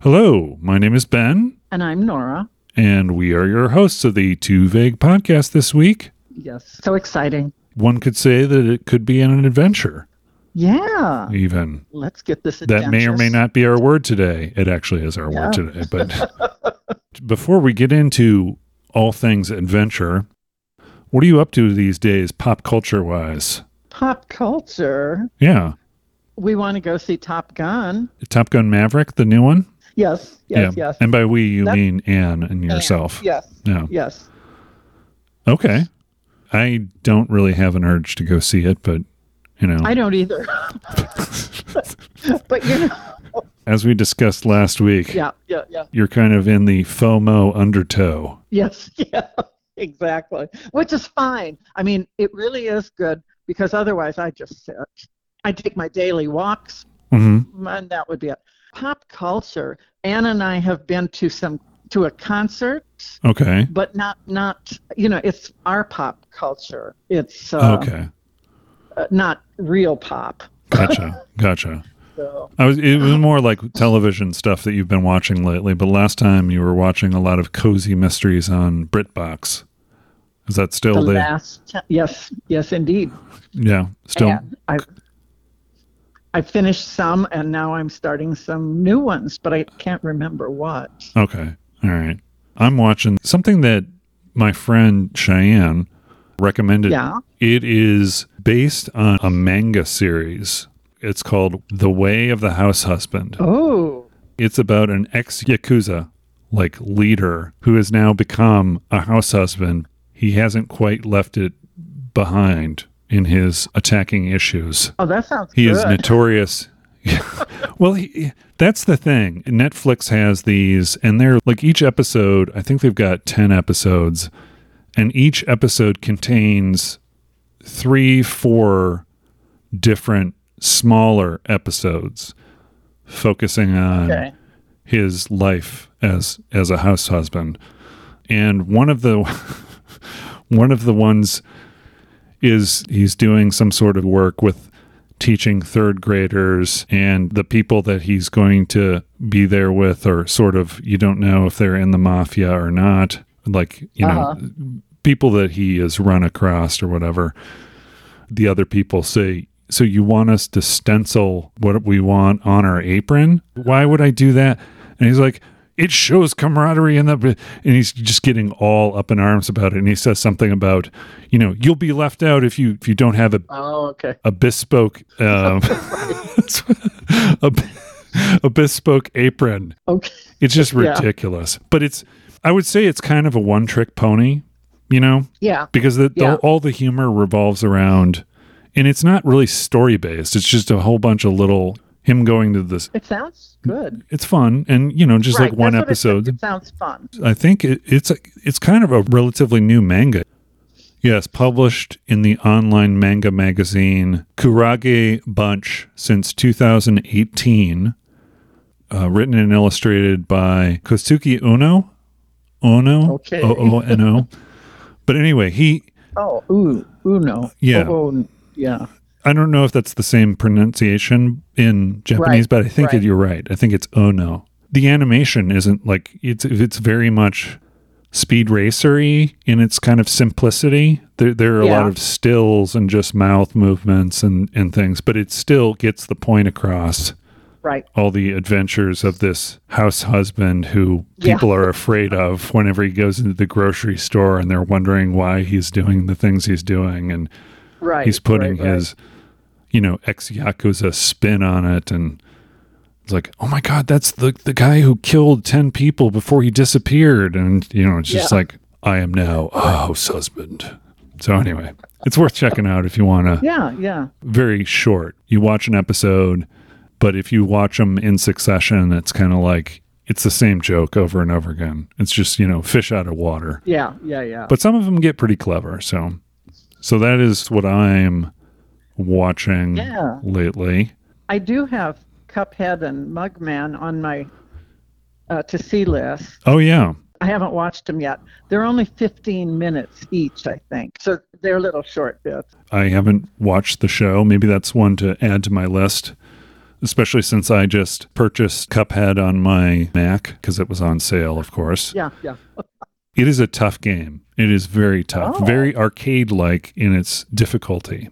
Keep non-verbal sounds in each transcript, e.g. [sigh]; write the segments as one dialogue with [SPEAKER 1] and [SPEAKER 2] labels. [SPEAKER 1] Hello, my name is Ben,
[SPEAKER 2] And I'm Nora.
[SPEAKER 1] and we are your hosts of the Too Vague podcast this week.
[SPEAKER 2] Yes. So exciting.
[SPEAKER 1] One could say that it could be an adventure,
[SPEAKER 2] Yeah.
[SPEAKER 1] even.
[SPEAKER 2] Let's get this.
[SPEAKER 1] That may or may
[SPEAKER 2] adventurous.
[SPEAKER 1] not be our word today. It actually is our word
[SPEAKER 2] Yeah.
[SPEAKER 1] today. But [laughs] before we get into all things adventure, what are you up to these days, pop culture wise?
[SPEAKER 2] Pop culture.
[SPEAKER 1] Yeah.
[SPEAKER 2] We want to go see Top Gun.
[SPEAKER 1] Top Gun Maverick, the new one?
[SPEAKER 2] Yes. Yes. Yes.
[SPEAKER 1] And by we, you
[SPEAKER 2] That's-
[SPEAKER 1] mean Anne and yourself. Oh.
[SPEAKER 2] Yes.
[SPEAKER 1] Yeah.
[SPEAKER 2] Yes.
[SPEAKER 1] Okay. I don't really have an urge to go see it, but you know,
[SPEAKER 2] I don't either. [laughs] but you know.
[SPEAKER 1] [laughs] as we discussed last week,
[SPEAKER 2] [laughs] Yeah. Yeah. Yeah.
[SPEAKER 1] you're kind of in the FOMO undertow.
[SPEAKER 2] Yes. [laughs] Yeah. Exactly. Which is fine. I mean, it really is good because otherwise I just sit. I take my daily walks
[SPEAKER 1] hmm
[SPEAKER 2] and that would be it. Pop culture. Anne and I have been to some to a concert,
[SPEAKER 1] Okay.
[SPEAKER 2] but not not you know it's our pop culture. It's uh,
[SPEAKER 1] okay.
[SPEAKER 2] uh, not real pop.
[SPEAKER 1] Gotcha. gotcha.
[SPEAKER 2] So
[SPEAKER 1] I was it was more like television stuff that you've been watching lately, but last time you were watching a lot of cozy mysteries on BritBox. Is that
[SPEAKER 2] the
[SPEAKER 1] still the
[SPEAKER 2] last ti- yes yes indeed.
[SPEAKER 1] Yeah, still
[SPEAKER 2] And I I finished some and now I'm starting some new ones, but I can't remember what.
[SPEAKER 1] Okay. All right. I'm watching something that my friend Cheyenne recommended.
[SPEAKER 2] Yeah.
[SPEAKER 1] It is based on a manga series. It's called The Way of the House Husband.
[SPEAKER 2] Oh
[SPEAKER 1] It's about an ex Yakuza like leader who has now become a house husband. He hasn't quite left it behind in his attacking issues.
[SPEAKER 2] oh that sounds
[SPEAKER 1] He
[SPEAKER 2] good.
[SPEAKER 1] is notorious. [laughs] well, he, that's the thing. Netflix has these, and they're like each episode, I think they've got 10 episodes, and each episode contains three, four different smaller episodes focusing on
[SPEAKER 2] okay.
[SPEAKER 1] his life as as a house husband and one of the [laughs] one of the ones is he's doing some sort of work with teaching third graders and the people that he's going to be there with are sort of you don't know if they're in the mafia or not like you
[SPEAKER 2] Uh-huh.
[SPEAKER 1] know people that he has run across or whatever the other people say, So you want us to stencil what we want on our apron? Why would I do that? And he's like, It shows camaraderie in the. b-" And he's just getting all up in arms about it. And he says something about, you know, you'll be left out if you if you don't have a,
[SPEAKER 2] Oh okay.
[SPEAKER 1] a bespoke um, [laughs] a, b- a bespoke apron.
[SPEAKER 2] Okay.
[SPEAKER 1] It's just
[SPEAKER 2] Yeah.
[SPEAKER 1] ridiculous. But it's I would say it's kind of a one trick pony, you know?
[SPEAKER 2] Yeah.
[SPEAKER 1] because the, the-
[SPEAKER 2] Yeah.
[SPEAKER 1] all the humor revolves around and it's not really story based it's just a whole bunch of little him going to this
[SPEAKER 2] It sounds good.
[SPEAKER 1] it's fun and you know just
[SPEAKER 2] Right,
[SPEAKER 1] like one
[SPEAKER 2] that's what it said.
[SPEAKER 1] episode
[SPEAKER 2] It sounds fun.
[SPEAKER 1] i think it, it's a, it's kind of a relatively new manga yes published in the online manga magazine kurage bunch since 2018 uh, written and illustrated by kosuke ono ono
[SPEAKER 2] Okay. [laughs]
[SPEAKER 1] o-o-n-o but anyway he
[SPEAKER 2] Oh, ooh, uno.
[SPEAKER 1] Yeah.
[SPEAKER 2] Oh, oh, yeah.
[SPEAKER 1] I don't know if that's the same pronunciation in Japanese,
[SPEAKER 2] Right,
[SPEAKER 1] but I think It,
[SPEAKER 2] right.
[SPEAKER 1] you're right. I think it's oh no. The animation isn't like it's it's very much speed racery in its kind of simplicity. There there are a lot
[SPEAKER 2] Yeah.
[SPEAKER 1] of stills and just mouth movements and and things, but it still gets the point across.
[SPEAKER 2] Right.
[SPEAKER 1] All the adventures of this house husband who
[SPEAKER 2] Yeah.
[SPEAKER 1] people are afraid of whenever he goes into the grocery store and they're wondering why he's doing the things he's doing and
[SPEAKER 2] Right.
[SPEAKER 1] he's putting
[SPEAKER 2] right, right.
[SPEAKER 1] his you know ex yakuza spin on it and it's like oh my god that's the the guy who killed 10 people before he disappeared and you know it's just
[SPEAKER 2] Yeah.
[SPEAKER 1] like i am now a house husband so anyway it's worth checking out if you want to
[SPEAKER 2] Yeah, yeah.
[SPEAKER 1] very short you watch an episode but if you watch them in succession it's kind of like it's the same joke over and over again it's just you know fish out of water
[SPEAKER 2] Yeah, yeah, yeah.
[SPEAKER 1] but some of them get pretty clever so so that is what i'm watching
[SPEAKER 2] Yeah.
[SPEAKER 1] lately
[SPEAKER 2] I do have Cuphead and Mugman on my uh, to see list.
[SPEAKER 1] oh yeah
[SPEAKER 2] I haven't watched them yet. They're only 15 minutes each, I think. So they're little short bits.
[SPEAKER 1] i haven't watched the show maybe that's one to add to my list especially since I just purchased Cuphead on my Mac because it was on sale, of course.
[SPEAKER 2] Yeah, yeah.
[SPEAKER 1] It is a tough game. It is very tough,
[SPEAKER 2] Oh.
[SPEAKER 1] very arcade like in its difficulty.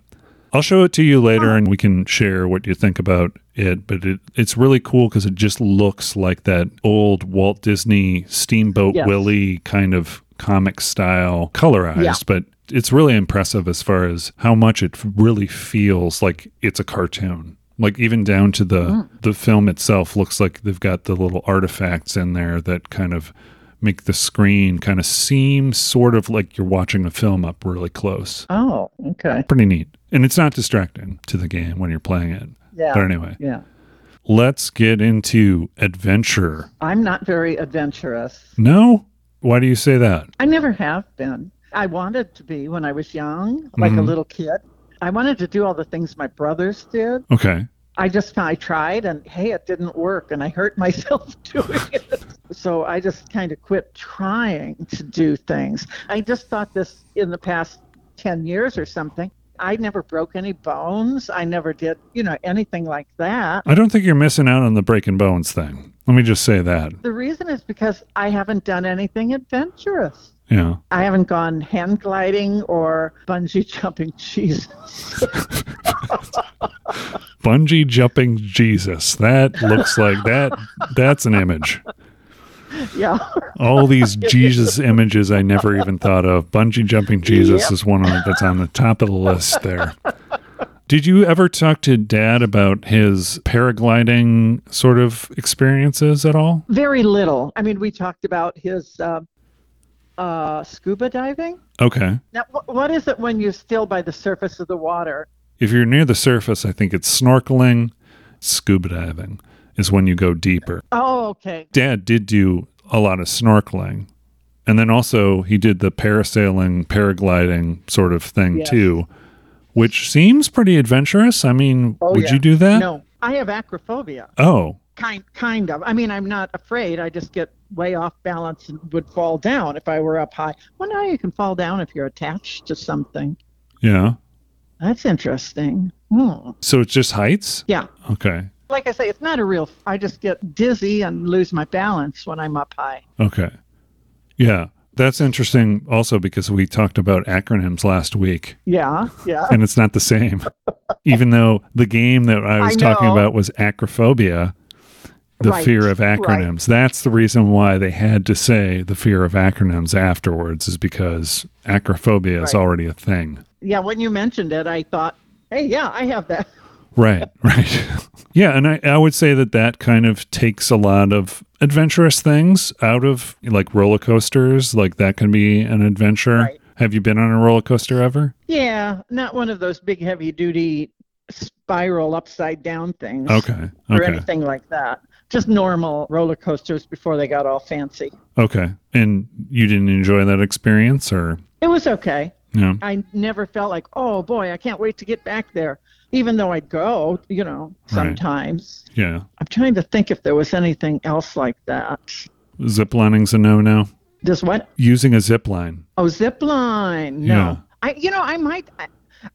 [SPEAKER 1] I'll show it to you later and we can share what you think about it. But it, it's really cool because it just looks like that old Walt Disney Steamboat
[SPEAKER 2] Yes.
[SPEAKER 1] Willie kind of comic style colorized.
[SPEAKER 2] Yeah.
[SPEAKER 1] But it's really impressive as far as how much it really feels like it's a cartoon. Like even down to the
[SPEAKER 2] Mm.
[SPEAKER 1] the film itself looks like they've got the little artifacts in there that kind of make the screen kind of seem sort of like you're watching a film up really close
[SPEAKER 2] Oh, okay.
[SPEAKER 1] pretty neat. And it's not distracting to the game when you're playing it.
[SPEAKER 2] Yeah.
[SPEAKER 1] But anyway,
[SPEAKER 2] Yeah.
[SPEAKER 1] let's get into adventure.
[SPEAKER 2] I'm not very adventurous.
[SPEAKER 1] No? Why do you say that?
[SPEAKER 2] I never have been. I wanted to be when I was young, like a
[SPEAKER 1] Mhm.
[SPEAKER 2] little kid. I wanted to do all the things my brothers did.
[SPEAKER 1] Okay.
[SPEAKER 2] I just I tried and hey, it didn't work and I hurt [laughs] myself doing it. So I just kind of quit trying to do things. I just thought this in the past 10 years or something. I never broke any bones. I never did, you know, anything like that.
[SPEAKER 1] I don't think you're missing out on the breaking bones thing. Let me just say that.
[SPEAKER 2] The reason is because I haven't done anything adventurous.
[SPEAKER 1] Yeah.
[SPEAKER 2] I haven't gone hand gliding or bungee [laughs] jumping. Jesus. [laughs]
[SPEAKER 1] Bungee jumping Jesus. That looks like that. That's an image.
[SPEAKER 2] yeah.
[SPEAKER 1] All these Jesus images I never even thought of. Bungee jumping Jesus
[SPEAKER 2] Yep.
[SPEAKER 1] is one on, that's on the top of the list there. Did you ever talk to dad about his paragliding sort of experiences at all?
[SPEAKER 2] Very little. I mean, we talked about his uh, uh, scuba diving.
[SPEAKER 1] Okay.
[SPEAKER 2] Now, wh- what is it when you're still by the surface of the water?
[SPEAKER 1] If you're near the surface, I think it's snorkeling, scuba diving is when you go deeper.
[SPEAKER 2] Oh, okay.
[SPEAKER 1] Dad did do a lot of snorkeling. And then also he did the parasailing, paragliding sort of thing
[SPEAKER 2] Yes.
[SPEAKER 1] too, which seems pretty adventurous. I mean,
[SPEAKER 2] Oh,
[SPEAKER 1] would
[SPEAKER 2] yeah.
[SPEAKER 1] you do that?
[SPEAKER 2] No, I have acrophobia.
[SPEAKER 1] Oh,
[SPEAKER 2] Kind, kind of. I mean, I'm not afraid. I just get way off balance and would fall down if I were up high. Well, now you can fall down if you're attached to something.
[SPEAKER 1] yeah.
[SPEAKER 2] That's interesting. Hmm.
[SPEAKER 1] So it's just heights?
[SPEAKER 2] Yeah.
[SPEAKER 1] Okay.
[SPEAKER 2] Like I say, it's not a real. I just get dizzy and lose my balance when I'm up high.
[SPEAKER 1] Okay. Yeah. That's interesting also because we talked about acronyms last week
[SPEAKER 2] Yeah, yeah. [laughs]
[SPEAKER 1] and it's not the same. Even though the game that I was
[SPEAKER 2] I
[SPEAKER 1] talking
[SPEAKER 2] know.
[SPEAKER 1] about was acrophobia, the
[SPEAKER 2] Right,
[SPEAKER 1] fear of
[SPEAKER 2] right.
[SPEAKER 1] acronyms. That's the reason why they had to say the fear of acronyms afterwards is because acrophobia is
[SPEAKER 2] Right.
[SPEAKER 1] already a thing.
[SPEAKER 2] Yeah, when you mentioned it, I thought, hey, yeah, I have that. [laughs]
[SPEAKER 1] Right, [laughs] right. yeah, and I, I would say that that kind of takes a lot of adventurous things out of like roller coasters. Like that can be an adventure.
[SPEAKER 2] Right.
[SPEAKER 1] Have you been on a roller coaster ever?
[SPEAKER 2] Yeah, not one of those big heavy duty spiral upside down things
[SPEAKER 1] Okay,
[SPEAKER 2] or
[SPEAKER 1] okay,
[SPEAKER 2] anything like that. Just normal roller coasters before they got all fancy.
[SPEAKER 1] okay. And you didn't enjoy that experience, or
[SPEAKER 2] It was okay.
[SPEAKER 1] no?
[SPEAKER 2] I never felt like, oh boy, I can't wait to get back there. Even though I'd go, you know,
[SPEAKER 1] Right.
[SPEAKER 2] sometimes.
[SPEAKER 1] Yeah,
[SPEAKER 2] I'm trying to think if there was anything else like that.
[SPEAKER 1] zip lining's a no-no.
[SPEAKER 2] Does what?
[SPEAKER 1] Using a zip line.
[SPEAKER 2] Oh, zip line. No,
[SPEAKER 1] Yeah.
[SPEAKER 2] I. You know, I might. I,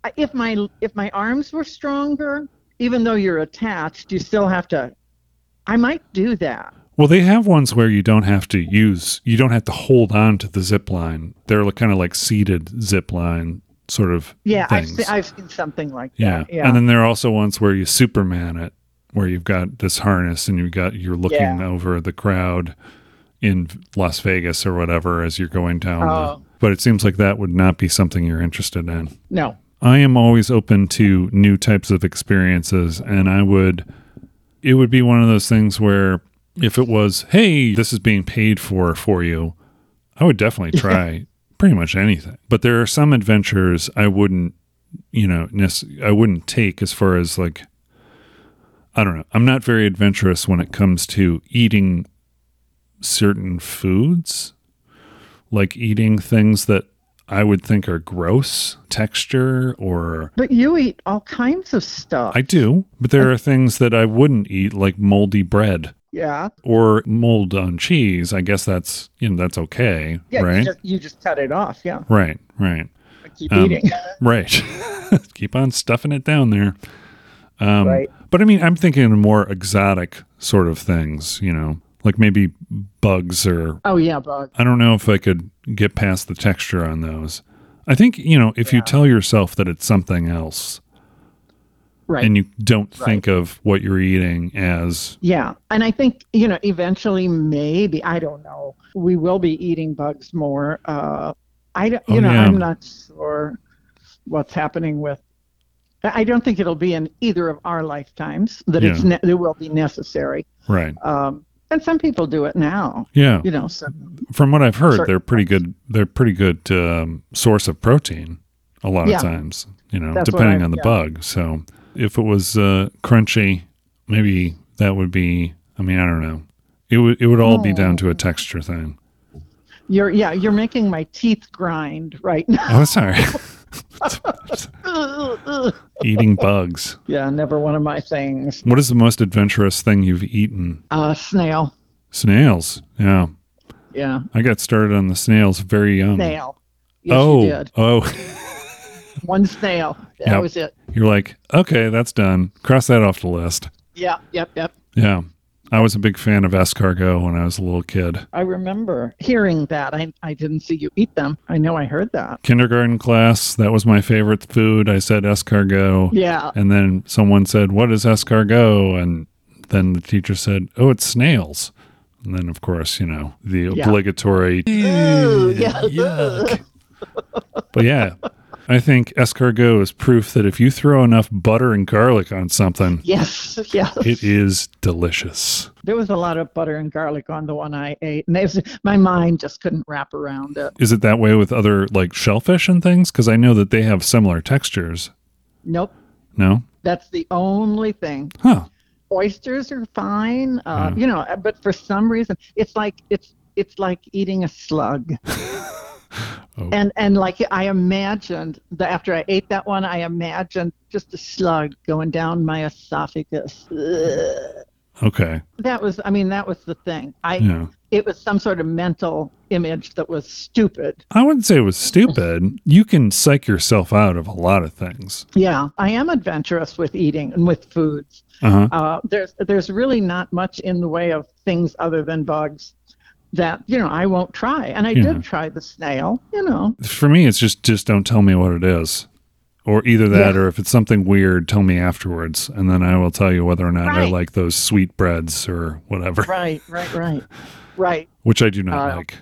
[SPEAKER 2] I- if my if my arms were stronger, even though you're attached, you still have to. I might do that.
[SPEAKER 1] Well, they have ones where you don't have to use, you don't have to hold on to the zip line. They're kind of like seated zip line sort of
[SPEAKER 2] Yeah, I've,
[SPEAKER 1] things.
[SPEAKER 2] se- I've seen something like
[SPEAKER 1] Yeah.
[SPEAKER 2] that. Yeah.
[SPEAKER 1] And then there are also ones where you Superman it, where you've got this harness and you've got you're looking
[SPEAKER 2] Yeah.
[SPEAKER 1] over the crowd in Las Vegas or whatever as you're going down. the-
[SPEAKER 2] Oh.
[SPEAKER 1] but it seems like that would not be something you're interested in.
[SPEAKER 2] no.
[SPEAKER 1] I am always open to new types of experiences and I would it would be one of those things where if it was, hey, this is being paid for for you, I would definitely try pretty much anything. But there are some adventures I wouldn't, you know, nec- I wouldn't take as far as like, I don't know. I'm not very adventurous when it comes to eating certain foods, like eating things that I would think are gross texture or
[SPEAKER 2] But you eat all kinds of stuff.
[SPEAKER 1] I do, but there are things that I wouldn't eat, like moldy bread
[SPEAKER 2] yeah.
[SPEAKER 1] or mold on cheese. I guess that's you know that's okay,
[SPEAKER 2] Yeah. You,
[SPEAKER 1] right?
[SPEAKER 2] just, you just cut it off. Yeah.
[SPEAKER 1] right, right,
[SPEAKER 2] Keep
[SPEAKER 1] Um,
[SPEAKER 2] eating. [laughs]
[SPEAKER 1] [laughs] right. Keep on stuffing it down there. Um,
[SPEAKER 2] Right.
[SPEAKER 1] But I mean, I'm thinking more exotic sort of things, you know, like maybe bugs or
[SPEAKER 2] Oh yeah, bug.
[SPEAKER 1] I don't know if I could get past the texture on those. I think, you know, if you tell yourself that it's something else
[SPEAKER 2] Right.
[SPEAKER 1] and you don't think of what you're eating as,
[SPEAKER 2] Yeah. And I think, you know, eventually, maybe, I don't know, we will be eating bugs more. Uh, I, don't- you
[SPEAKER 1] Oh,
[SPEAKER 2] know,
[SPEAKER 1] yeah.
[SPEAKER 2] I'm not sure what's happening with. I I don't think it'll be in either of our lifetimes that it's
[SPEAKER 1] Yeah.
[SPEAKER 2] ne- it will be necessary.
[SPEAKER 1] right.
[SPEAKER 2] Um, and some people do it now,
[SPEAKER 1] Yeah.
[SPEAKER 2] you know. So
[SPEAKER 1] From what I've heard,
[SPEAKER 2] Certain
[SPEAKER 1] they're pretty good. They're pretty good um, source of protein a lot
[SPEAKER 2] Yeah.
[SPEAKER 1] of times, you know,
[SPEAKER 2] That's what
[SPEAKER 1] depending
[SPEAKER 2] I-
[SPEAKER 1] on the
[SPEAKER 2] yeah.
[SPEAKER 1] bug. So if it was uh, crunchy, maybe that would be, I mean, I don't know. It would, it would all be down
[SPEAKER 2] Oh.
[SPEAKER 1] to a texture thing.
[SPEAKER 2] you're, yeah, you're making my teeth grind right now.
[SPEAKER 1] Oh, sorry. [laughs]
[SPEAKER 2] Ugh, ugh.
[SPEAKER 1] Eating bugs.
[SPEAKER 2] [laughs] yeah, never one of my things.
[SPEAKER 1] What is the most adventurous thing you've eaten?
[SPEAKER 2] Uh, snail.
[SPEAKER 1] Snails. Yeah.
[SPEAKER 2] Yeah,
[SPEAKER 1] I got started on the snails very young.
[SPEAKER 2] snail. Yes,
[SPEAKER 1] Hmm. oh,
[SPEAKER 2] you did.
[SPEAKER 1] oh, [laughs]
[SPEAKER 2] One snail. That
[SPEAKER 1] Yep.
[SPEAKER 2] was it.
[SPEAKER 1] you're like, okay, that's done. Cross that off the list.
[SPEAKER 2] Yep, yep, yep.
[SPEAKER 1] Yeah. I was a big fan of escargot when I was a little kid.
[SPEAKER 2] I remember hearing that. I, I didn't see you eat them. I know I heard that.
[SPEAKER 1] Kindergarten class, that was my favorite food. I said escargot.
[SPEAKER 2] Yeah.
[SPEAKER 1] And then someone said, What is escargot? And then the teacher said, Oh, it's snails. And then, of course, you know, the
[SPEAKER 2] Yeah.
[SPEAKER 1] obligatory.
[SPEAKER 2] Ooh, yeah.
[SPEAKER 1] Yuck. but yeah, I think escargot is proof that if you throw enough butter and garlic on something,
[SPEAKER 2] [laughs] Yes, yes.
[SPEAKER 1] it is delicious.
[SPEAKER 2] there was a lot of butter and garlic on the one I ate, and it was, my mind just couldn't wrap around it.
[SPEAKER 1] Is it that way with other like shellfish and things? Because I know that they have similar textures.
[SPEAKER 2] Nope,
[SPEAKER 1] No?
[SPEAKER 2] that's the only thing.
[SPEAKER 1] Huh.
[SPEAKER 2] Oysters are fine, uh, you know, but for some reason, it's like it's it's like eating a slug. And and like I imagined that after I ate that one, I imagined just a slug going down my esophagus. Ugh.
[SPEAKER 1] Okay.
[SPEAKER 2] That was, I mean, that was the thing. I,
[SPEAKER 1] Yeah.
[SPEAKER 2] it was some sort of mental image that was stupid.
[SPEAKER 1] I wouldn't say it was stupid. You can psych yourself out of a lot of things.
[SPEAKER 2] Yeah, I am adventurous with eating and with foods.
[SPEAKER 1] Uh-huh.
[SPEAKER 2] Uh, there's, there's really not much in the way of things other than bugs that you know I won't try. And I
[SPEAKER 1] Yeah.
[SPEAKER 2] did try the snail. You know,
[SPEAKER 1] For me, it's just just don't tell me what it is, or either that, or if it's something weird, tell me afterwards, and then I will tell you whether or not I
[SPEAKER 2] Right.
[SPEAKER 1] like those sweet breads or whatever, [laughs]
[SPEAKER 2] right, right, right, right.
[SPEAKER 1] which I do not
[SPEAKER 2] Uh,
[SPEAKER 1] like.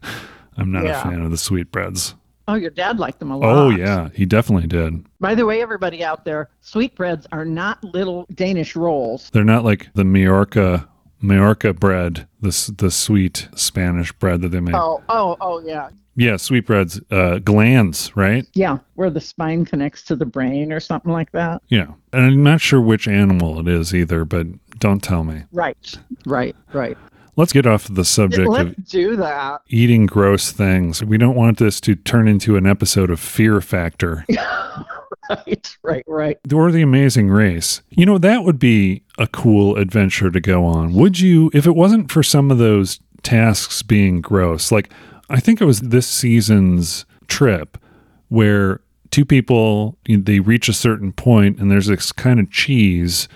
[SPEAKER 1] [laughs] I'm not
[SPEAKER 2] yeah.
[SPEAKER 1] a fan of the sweet breads.
[SPEAKER 2] Oh, your dad liked them a lot.
[SPEAKER 1] Oh yeah, he definitely did.
[SPEAKER 2] By the way, everybody out there, sweetbreads are not little Danish rolls.
[SPEAKER 1] They're not like the Majorca Majorca bread, the s- the sweet Spanish bread that they make.
[SPEAKER 2] Oh, oh, oh, yeah,
[SPEAKER 1] Yeah, sweet breads, uh, glands, right?
[SPEAKER 2] yeah. Where the spine connects to the brain or something like that.
[SPEAKER 1] Yeah. And I'm not sure which animal it is either, but don't tell me.
[SPEAKER 2] Right, right, right.
[SPEAKER 1] Let's get off the subject
[SPEAKER 2] Let's
[SPEAKER 1] of
[SPEAKER 2] do that. [laughs]
[SPEAKER 1] eating gross things. We don't want this to turn into an episode of Fear Factor
[SPEAKER 2] Right, right, right.
[SPEAKER 1] or The Amazing Race. You know, that would be a cool adventure to go on. Would you, if it wasn't for some of those tasks being gross, like I think it was this season's trip where two people they reach a certain point and there's this kind of cheese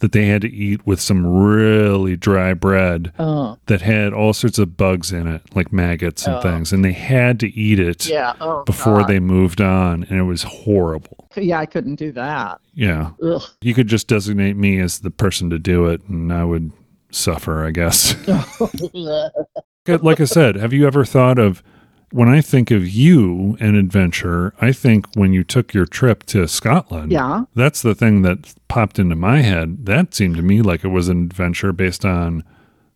[SPEAKER 1] that they had to eat with some really dry bread
[SPEAKER 2] Oh,
[SPEAKER 1] that had all sorts of bugs in it, like maggots and things, and they had to eat it
[SPEAKER 2] yeah. Oh,
[SPEAKER 1] before
[SPEAKER 2] God.
[SPEAKER 1] they moved on, and it was horrible.
[SPEAKER 2] Yeah, I couldn't do that.
[SPEAKER 1] Yeah.
[SPEAKER 2] [laughs] Ugh.
[SPEAKER 1] You could just designate me as the person to do it, and I would suffer, I guess. [laughs] like I said, have you ever thought of when I think of you and adventure, I think when you took your trip to Scotland,
[SPEAKER 2] yeah.
[SPEAKER 1] that's the thing that popped into my head. That seemed to me like it was an adventure based on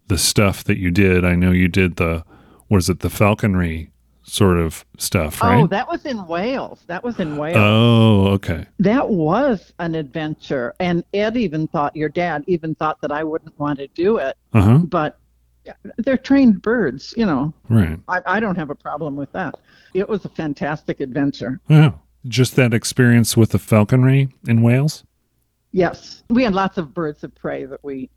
[SPEAKER 1] the stuff that you did. I know you did the was it the falconry sort of stuff, right?
[SPEAKER 2] Oh, that was in Wales. That was in Wales.
[SPEAKER 1] Oh, okay.
[SPEAKER 2] that was an adventure. And Ed even thought, your dad even thought that I wouldn't want to do it.
[SPEAKER 1] Uh huh.
[SPEAKER 2] But they're trained birds, you know.
[SPEAKER 1] Right.
[SPEAKER 2] I, I don't have a problem with that. It was a fantastic adventure.
[SPEAKER 1] Yeah. Just that experience with the falconry in Wales.
[SPEAKER 2] Yes, we had lots of birds of prey that we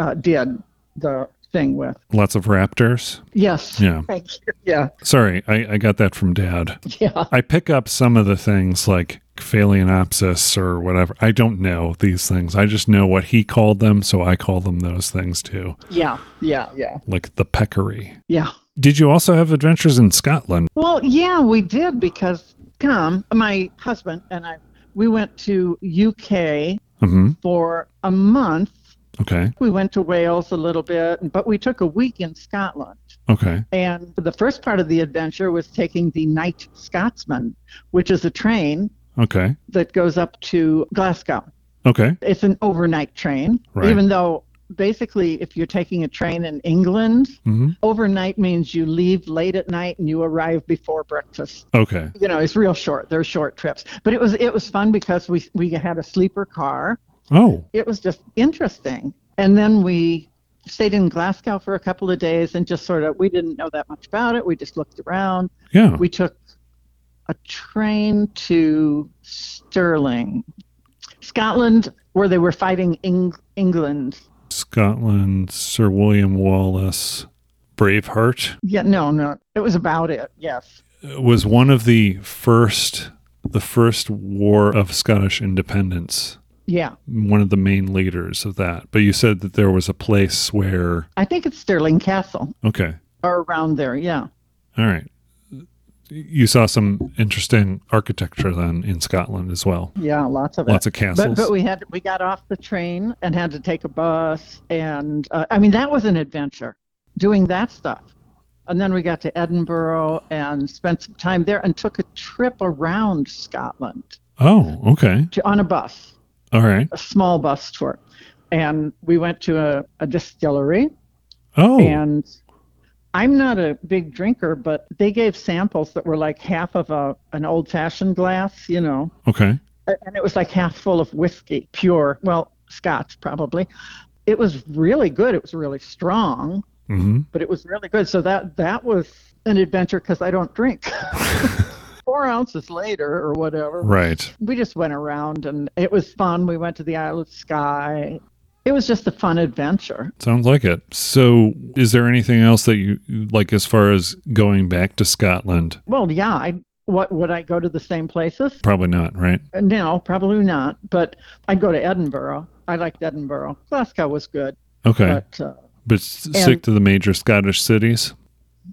[SPEAKER 2] uh, did the thing with.
[SPEAKER 1] Lots of raptors.
[SPEAKER 2] Yes.
[SPEAKER 1] Yeah.
[SPEAKER 2] Thank you. Yeah.
[SPEAKER 1] Sorry, I, I got that from dad.
[SPEAKER 2] Yeah.
[SPEAKER 1] I pick up some of the things like phalaenopsis or whatever. I don't know these things. I just know what he called them, so I call them those things too,
[SPEAKER 2] Yeah. Yeah. Yeah.
[SPEAKER 1] like the peccary.
[SPEAKER 2] Yeah.
[SPEAKER 1] Did you also have adventures in Scotland?
[SPEAKER 2] Well, yeah, we did because come my husband and I we went to UK
[SPEAKER 1] hmm
[SPEAKER 2] for a month.
[SPEAKER 1] Okay.
[SPEAKER 2] We went to Wales a little bit, but we took a week in Scotland.
[SPEAKER 1] Okay.
[SPEAKER 2] And the first part of the adventure was taking the Night Scotsman, which is a train
[SPEAKER 1] Okay.
[SPEAKER 2] that goes up to Glasgow.
[SPEAKER 1] Okay.
[SPEAKER 2] It's an overnight train,
[SPEAKER 1] Right.
[SPEAKER 2] even though basically if you're taking a train in England,
[SPEAKER 1] hmm
[SPEAKER 2] overnight means you leave late at night and you arrive before breakfast.
[SPEAKER 1] Okay.
[SPEAKER 2] You know, it's real short. They're short trips. But it was it was fun because we we had a sleeper car.
[SPEAKER 1] Oh,
[SPEAKER 2] It was just interesting. And then we stayed in Glasgow for a couple of days and just sort of we didn't know that much about it. We just looked around.
[SPEAKER 1] yeah.
[SPEAKER 2] We took a train to Stirling, Scotland, where they were fighting Eng- England.
[SPEAKER 1] Scotland, Sir William Wallace, Braveheart
[SPEAKER 2] Yeah, no, no, it was about it. Yes.
[SPEAKER 1] uh, was one of the first the first war of Scottish independence.
[SPEAKER 2] Yeah.
[SPEAKER 1] One of the main leaders of that. But you said that there was a place where
[SPEAKER 2] I think it's Stirling Castle
[SPEAKER 1] okay.
[SPEAKER 2] or around there. Yeah.
[SPEAKER 1] All right. You saw some interesting architecture then in Scotland as well.
[SPEAKER 2] Yeah, lots of
[SPEAKER 1] Lots
[SPEAKER 2] it.
[SPEAKER 1] of castles.
[SPEAKER 2] But, but we had we got off the train and had to take a bus and uh, I mean that was an adventure doing that stuff. And then we got to Edinburgh and spent some time there and took a trip around Scotland
[SPEAKER 1] oh, okay.
[SPEAKER 2] to, on a bus,
[SPEAKER 1] All right.
[SPEAKER 2] a small bus tour. And we went to a, a distillery
[SPEAKER 1] Oh.
[SPEAKER 2] and I'm not a big drinker, but they gave samples that were like half of a an old fashioned glass, you know,
[SPEAKER 1] okay.
[SPEAKER 2] and it was like half full of whiskey, pure, well, scotch probably. It was really good. It was really strong,
[SPEAKER 1] hmm
[SPEAKER 2] but it was really good. So that that was an adventure because I don't drink. [laughs] Four ounces later or whatever,
[SPEAKER 1] Right.
[SPEAKER 2] we just went around and it was fun. We went to the Isle of Skye. It was just a fun adventure.
[SPEAKER 1] Sounds like it. So, is there anything else that you like as far as going back to Scotland?
[SPEAKER 2] Well, yeah, I what would I go to the same places?
[SPEAKER 1] Probably not, right?
[SPEAKER 2] Uh, No, probably not. But I'd go to Edinburgh. I liked Edinburgh. Glasgow was good,
[SPEAKER 1] Okay.
[SPEAKER 2] but uh,
[SPEAKER 1] but s stick to the major Scottish cities?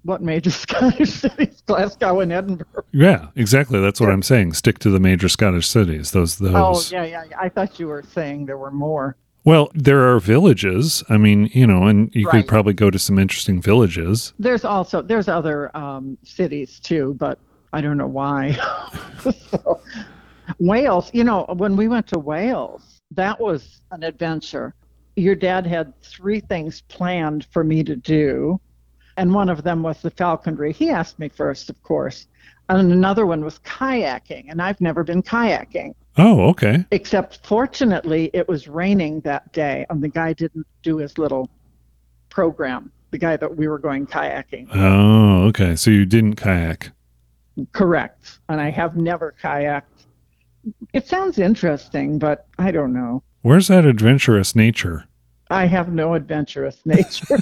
[SPEAKER 2] what major [laughs] Scottish cities? Glasgow and Edinburgh.
[SPEAKER 1] Yeah, exactly. That's what I'm saying. Stick to the major Scottish cities. Those those
[SPEAKER 2] Oh, yeah, yeah, yeah. I thought you were saying there were more.
[SPEAKER 1] Well, there are villages. I mean, you know, and you
[SPEAKER 2] Right.
[SPEAKER 1] could probably go to some interesting villages.
[SPEAKER 2] There's also there's other um, cities too, but I don't know why. [laughs] So, Wales, you know, when we went to Wales, that was an adventure. Your dad had three things planned for me to do, and one of them was the falconry. He asked me first, of course, and another one was kayaking, and I've never been kayaking.
[SPEAKER 1] Oh, okay.
[SPEAKER 2] Except fortunately, it was raining that day, and the guy didn't do his little program. The guy that we were going kayaking.
[SPEAKER 1] Oh, okay. So you didn't kayak.
[SPEAKER 2] Correct. And I have never kayaked. It sounds interesting, but I don't know.
[SPEAKER 1] Where's that adventurous nature?
[SPEAKER 2] I have no adventurous [laughs] nature.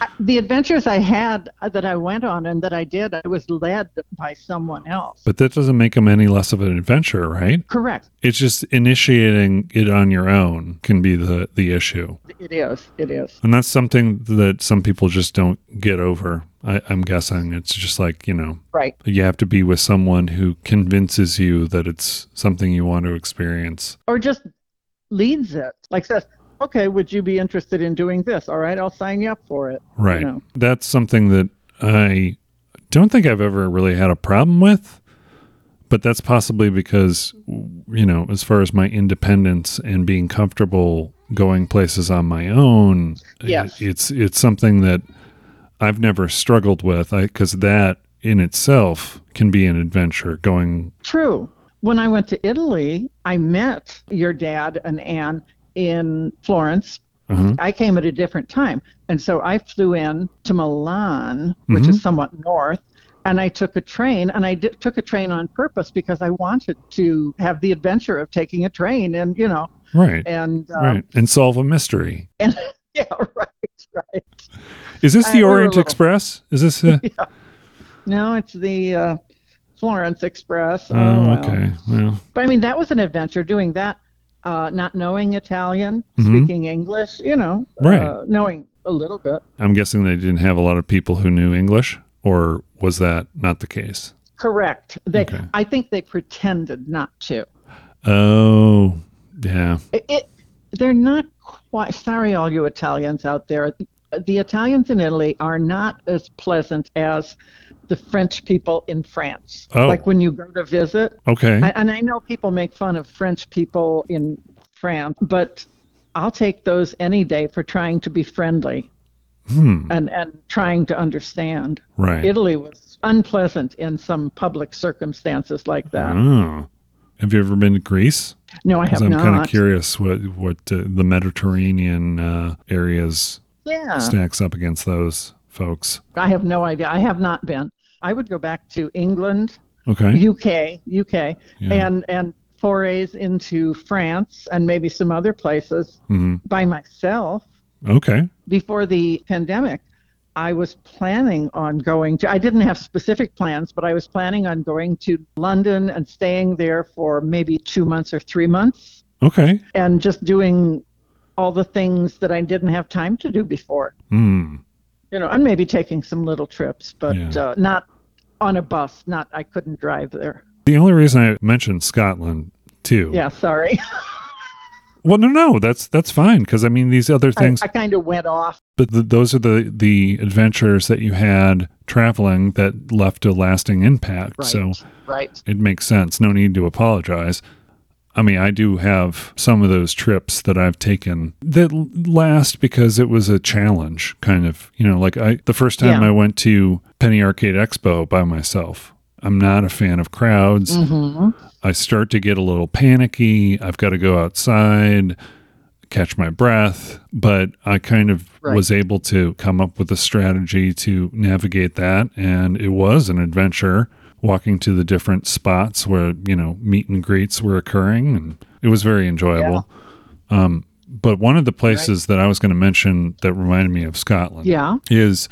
[SPEAKER 2] I- the adventures I had uh, that I went on and that I did, I was led by someone else.
[SPEAKER 1] But that doesn't make them any less of an adventure, right?
[SPEAKER 2] Correct.
[SPEAKER 1] It's just initiating it on your own can be the the issue,
[SPEAKER 2] It is. It is.
[SPEAKER 1] and that's something that some people just don't get over. I, I'm guessing it's just like you know
[SPEAKER 2] Right.
[SPEAKER 1] you have to be with someone who convinces you that it's something you want to experience.
[SPEAKER 2] Or just leads it. Like says, okay, would you be interested in doing this? All right, I'll sign you up for it. You
[SPEAKER 1] Right.
[SPEAKER 2] know.
[SPEAKER 1] That's something that I don't think I've ever really had a problem with, but that's possibly because, you know, as far as my independence and being comfortable going places on my own,
[SPEAKER 2] Yes.
[SPEAKER 1] i- it's it's something that I've never struggled with because that in itself can be an adventure going
[SPEAKER 2] True. When I went to Italy, I met your dad and Anne in Florence.
[SPEAKER 1] uh-huh,
[SPEAKER 2] I came at a different time. And so I flew in to Milan, which is somewhat north, and I took a train. And I did, took a train on purpose because I wanted to have the adventure of taking a train and, you know,
[SPEAKER 1] right
[SPEAKER 2] and, um,
[SPEAKER 1] right and solve a mystery
[SPEAKER 2] and [laughs] yeah, right, right.
[SPEAKER 1] Is this
[SPEAKER 2] Uh, we
[SPEAKER 1] the
[SPEAKER 2] were a
[SPEAKER 1] Orient
[SPEAKER 2] little-
[SPEAKER 1] Express? Is this
[SPEAKER 2] [laughs]
[SPEAKER 1] the?
[SPEAKER 2] No, it's the uh, Florence Express.
[SPEAKER 1] oh,
[SPEAKER 2] well.
[SPEAKER 1] okay. Well,
[SPEAKER 2] But I mean, that was an adventure doing that, uh, not knowing Italian,
[SPEAKER 1] Mhm.
[SPEAKER 2] speaking English, you know,
[SPEAKER 1] Right.
[SPEAKER 2] uh, knowing a little bit.
[SPEAKER 1] I'm guessing they didn't have a lot of people who knew English, or was that not the case?
[SPEAKER 2] Correct. They,
[SPEAKER 1] Okay.
[SPEAKER 2] I think they pretended not to.
[SPEAKER 1] Oh, yeah.
[SPEAKER 2] It, it, they're not quite. Sorry, all you Italians out there. The Italians in Italy are not as pleasant as the French people in France.
[SPEAKER 1] Oh.
[SPEAKER 2] Like when you go to visit,
[SPEAKER 1] Okay.
[SPEAKER 2] I, and I know people make fun of French people in France, but I'll take those any day for trying to be friendly and, and trying to understand.
[SPEAKER 1] Hmm, right.
[SPEAKER 2] Italy was unpleasant in some public circumstances like that.
[SPEAKER 1] Oh. Have you ever been to Greece?
[SPEAKER 2] No, I have
[SPEAKER 1] Mm-hmm. I'm kind of
[SPEAKER 2] not.
[SPEAKER 1] curious what what uh, the Mediterranean uh, areas
[SPEAKER 2] Yeah,
[SPEAKER 1] stacks up against those folks.
[SPEAKER 2] I have no idea. I have not been. I would go back to England,
[SPEAKER 1] Okay.
[SPEAKER 2] UK, UK,
[SPEAKER 1] Yeah.
[SPEAKER 2] and and forays into France and maybe some other places
[SPEAKER 1] Mhm.
[SPEAKER 2] by myself.
[SPEAKER 1] Okay.
[SPEAKER 2] before the pandemic, I was planning on going to, I didn't have specific plans, but I was planning on going to London and staying there for maybe two months or three months
[SPEAKER 1] Okay.
[SPEAKER 2] and just doing all the things that I didn't have time to do before.
[SPEAKER 1] Mm.
[SPEAKER 2] You know, and maybe taking some little trips, but
[SPEAKER 1] Yeah.
[SPEAKER 2] uh, not on a bus, not, I couldn't drive there.
[SPEAKER 1] The only reason I mentioned Scotland too.
[SPEAKER 2] Yeah, sorry. [laughs]
[SPEAKER 1] Well, no, no, that's that's fine because I mean these other
[SPEAKER 2] I,
[SPEAKER 1] things.
[SPEAKER 2] I kind of went off.
[SPEAKER 1] but th those are the the adventures that you had traveling that left a lasting impact.
[SPEAKER 2] Right.
[SPEAKER 1] So
[SPEAKER 2] Right.
[SPEAKER 1] it makes sense. No need to apologize. I mean, I do have some of those trips that I've taken that l- last because it was a challenge, kind of. You know, like I the first time
[SPEAKER 2] Yeah.
[SPEAKER 1] I went to Penny Arcade Expo by myself. I'm not a fan of crowds.
[SPEAKER 2] hmm
[SPEAKER 1] I start to get a little panicky. I've got to go outside, catch my breath. But I kind of
[SPEAKER 2] Right.
[SPEAKER 1] was able to come up with a strategy to navigate that. And it was an adventure walking to the different spots where, you know, meet and greets were occurring. And it was very enjoyable. Um, but one of the places that I was going to mention that reminded me of Scotland
[SPEAKER 2] Yeah.
[SPEAKER 1] is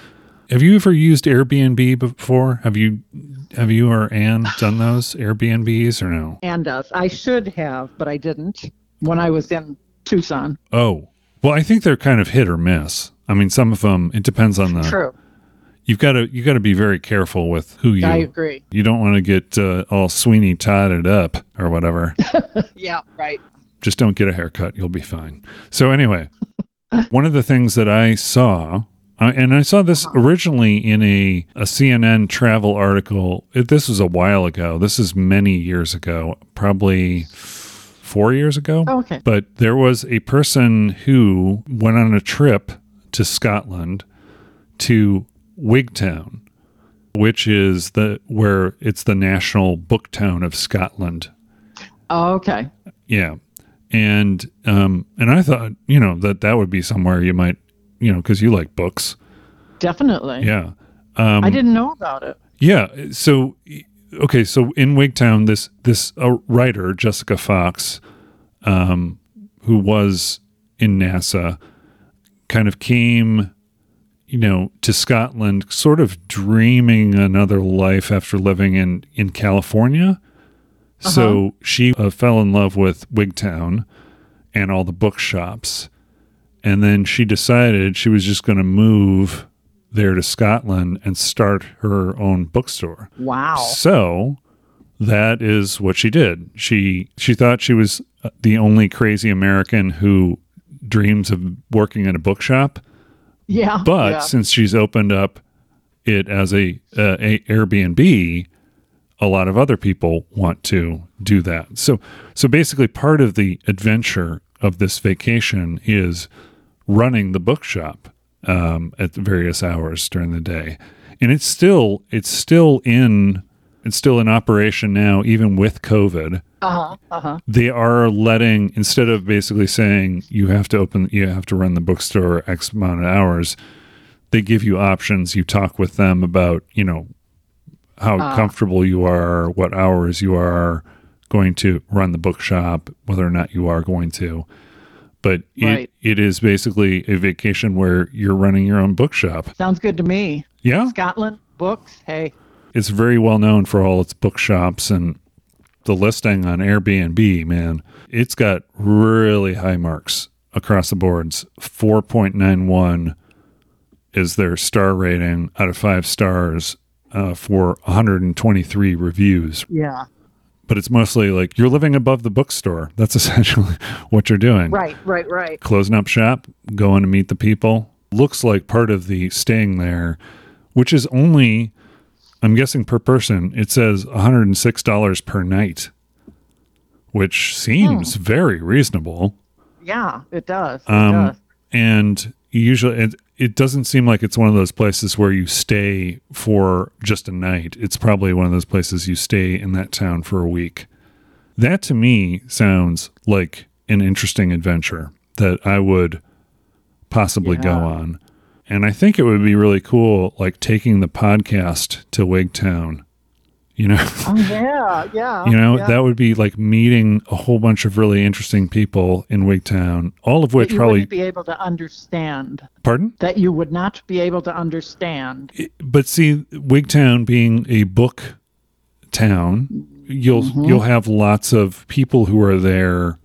[SPEAKER 1] have you ever used Airbnb before? Have you have you or Anne done those Airbnbs or no?
[SPEAKER 2] And us. I should have, but I didn't when I was in Tucson.
[SPEAKER 1] Oh. Well, I think they're kind of hit or miss. I mean, some of them it depends on the
[SPEAKER 2] True.
[SPEAKER 1] You've got to you got to be very careful with who you
[SPEAKER 2] I agree.
[SPEAKER 1] you don't want to get uh, all Sweeney Todded up or whatever.
[SPEAKER 2] Yeah, right.
[SPEAKER 1] Just don't get a haircut, you'll be fine. So anyway, [laughs] one of the things that I saw I- and I saw this originally in a, a CNN travel article. It- This was a while ago. This is many years ago, probably four years ago.
[SPEAKER 2] Okay.
[SPEAKER 1] But there was a person who went on a trip to Scotland to Wigtown, which is the where it's the national book town of Scotland.
[SPEAKER 2] Okay.
[SPEAKER 1] Yeah. And um and I thought, you know, that that would be somewhere you might, you know, cuz you like books.
[SPEAKER 2] Definitely.
[SPEAKER 1] Yeah.
[SPEAKER 2] I didn't know about it.
[SPEAKER 1] Yeah. So, okay. So in Wigtown, this this uh, writer Jessica Fox, um, who was in NASA, kind of came, you know, to Scotland, sort of dreaming another life after living in in California. So she uh, fell in love with Wigtown and all the bookshops. And then she decided she was just going to move there to Scotland and start her own bookstore.
[SPEAKER 2] Wow.
[SPEAKER 1] So that is what she did. She she thought she was uh, the only crazy American who dreams of working in a bookshop,
[SPEAKER 2] Yeah.
[SPEAKER 1] but
[SPEAKER 2] yeah.
[SPEAKER 1] since she's opened up it as a, uh, a Airbnb, a lot of other people want to do that. So so basically part of the adventure of this vacation is running the bookshop um, at the various hours during the day, and it's still it's still in it's still in operation now, even with COVID.
[SPEAKER 2] Uh-huh. Uh-huh.
[SPEAKER 1] They are letting instead of basically saying you have to open you have to run the bookstore X amount of hours, they give you options. You talk with them about you know how comfortable you are, what hours you are going to run the bookshop, whether or not you are going to but it,
[SPEAKER 2] Right.
[SPEAKER 1] it is basically a vacation where you're running your own bookshop.
[SPEAKER 2] Sounds good to me.
[SPEAKER 1] Yeah.
[SPEAKER 2] Scotland, books, hey.
[SPEAKER 1] It's very well known for all its bookshops and the listing on Airbnb, man. It's got really high marks across the boards. 4.91 is their star rating out of five stars uh, for 123 reviews.
[SPEAKER 2] Yeah.
[SPEAKER 1] But it's mostly like you're living above the bookstore. That's [laughs] essentially what you're doing
[SPEAKER 2] Right, right, right.
[SPEAKER 1] closing up shop, going to meet the people. Looks like part of the staying there, which is only, I'm guessing per person, it says $106 per night, which seems very reasonable.
[SPEAKER 2] Yeah, it does. It
[SPEAKER 1] Um,
[SPEAKER 2] does.
[SPEAKER 1] and usually, it, it doesn't seem like it's one of those places where you stay for just a night. It's probably one of those places you stay in that town for a week. That to me sounds like an interesting adventure that I would possibly go
[SPEAKER 2] Yeah.
[SPEAKER 1] on. And I think it would be really cool, like taking the podcast to Wigtown. You know, [laughs]
[SPEAKER 2] Oh, yeah, yeah.
[SPEAKER 1] you know
[SPEAKER 2] Oh, yeah.
[SPEAKER 1] that would be like meeting a whole bunch of really interesting people in Wigtown, all of
[SPEAKER 2] That
[SPEAKER 1] which
[SPEAKER 2] you
[SPEAKER 1] probably
[SPEAKER 2] wouldn't be able to understand.
[SPEAKER 1] pardon.
[SPEAKER 2] That you would not be able to understand.
[SPEAKER 1] but see wigtown being a book town you'll
[SPEAKER 2] Mm-hmm.
[SPEAKER 1] you'll have lots of people who are there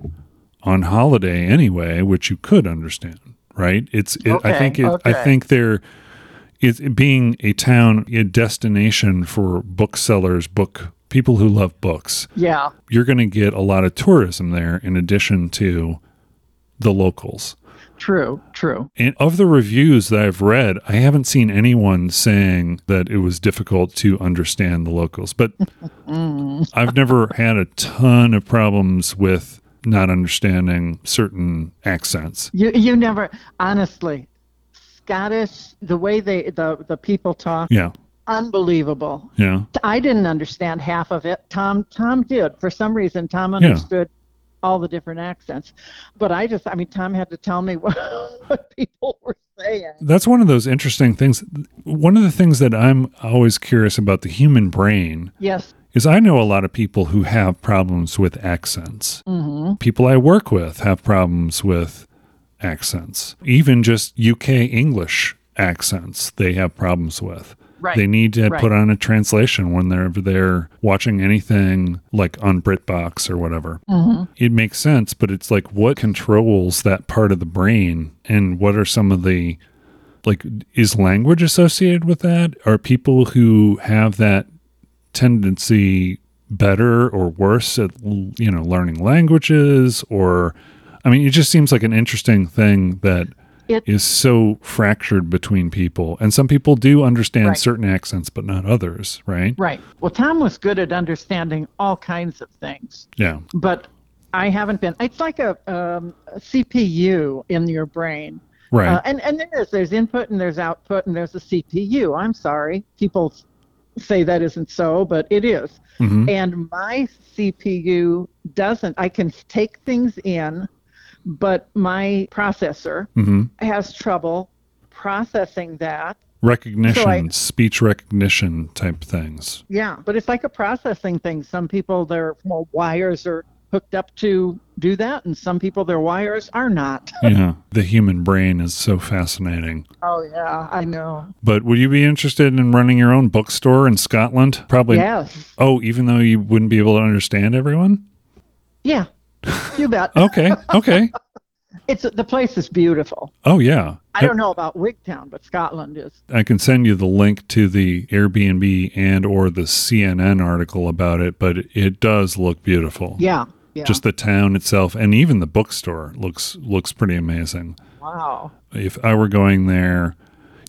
[SPEAKER 1] on holiday anyway which you could understand right it's it, i
[SPEAKER 2] Okay,
[SPEAKER 1] think it, i
[SPEAKER 2] okay.
[SPEAKER 1] think they're it's it being a town a destination for booksellers book people who love books
[SPEAKER 2] Yeah,
[SPEAKER 1] you're going to get a lot of tourism there in addition to the locals
[SPEAKER 2] true, true.
[SPEAKER 1] and of the reviews that I've read, I haven't seen anyone saying that it was difficult to understand the locals. But I've never had a ton of problems with not understanding certain accents.
[SPEAKER 2] You you never honestly Scottish the way they the the people talk
[SPEAKER 1] Yeah.
[SPEAKER 2] unbelievable.
[SPEAKER 1] Yeah.
[SPEAKER 2] I didn't understand half of it. Tom Tom did for some reason. Tom understood all the different accents, but I just I mean Tom had to tell me [laughs] what, what people were saying.
[SPEAKER 1] That's one of those interesting things. One of the things that I'm always curious about the human brain
[SPEAKER 2] Yes.
[SPEAKER 1] is I know a lot of people who have problems with accents.
[SPEAKER 2] hmm
[SPEAKER 1] people I work with have problems with accents, even just UK English accents, they have problems with.
[SPEAKER 2] Right.
[SPEAKER 1] They need to
[SPEAKER 2] right.
[SPEAKER 1] put on a translation when they're they're watching anything like on BritBox or whatever.
[SPEAKER 2] Mm-hmm.
[SPEAKER 1] It makes sense, but it's like what controls that part of the brain, and what are some of the like is language associated with that? Are people who have that tendency better or worse at l- you know learning languages or I mean, it just seems like an interesting thing that
[SPEAKER 2] It-
[SPEAKER 1] is so fractured between people. And some people do understand
[SPEAKER 2] Right.
[SPEAKER 1] certain accents, but not others, right?
[SPEAKER 2] Right. Well, Tom was good at understanding all kinds of things.
[SPEAKER 1] Yeah.
[SPEAKER 2] but I haven't been. It's like a, um, a CPU in your brain.
[SPEAKER 1] Right.
[SPEAKER 2] Uh, and and there is there's input and there's output and there's a CPU. I'm sorry, people say that isn't so, but it is.
[SPEAKER 1] Mhm.
[SPEAKER 2] And my CPU doesn't. I can take things in, but my processor
[SPEAKER 1] hmm
[SPEAKER 2] has trouble processing that
[SPEAKER 1] Recognition,
[SPEAKER 2] So I-
[SPEAKER 1] speech recognition type things.
[SPEAKER 2] Yeah, but it's like a processing thing. Some people their well, wires are hooked up to do that, and some people their wires are not.
[SPEAKER 1] yeah. The human brain is so fascinating.
[SPEAKER 2] Oh yeah, I know.
[SPEAKER 1] But would you be interested in running your own bookstore in Scotland? Probably.
[SPEAKER 2] yes.
[SPEAKER 1] Oh, even though you wouldn't be able to understand everyone?
[SPEAKER 2] Yeah. You bet.
[SPEAKER 1] Okay. Okay.
[SPEAKER 2] It's the place is beautiful.
[SPEAKER 1] oh, yeah.
[SPEAKER 2] I don't know about Wigtown, but Scotland is.
[SPEAKER 1] I can send you the link to the Airbnb and or the CNN article about it, but it does look beautiful.
[SPEAKER 2] Yeah. Yeah.
[SPEAKER 1] Just the town itself and even the bookstore looks looks pretty amazing.
[SPEAKER 2] wow.
[SPEAKER 1] If I were going there,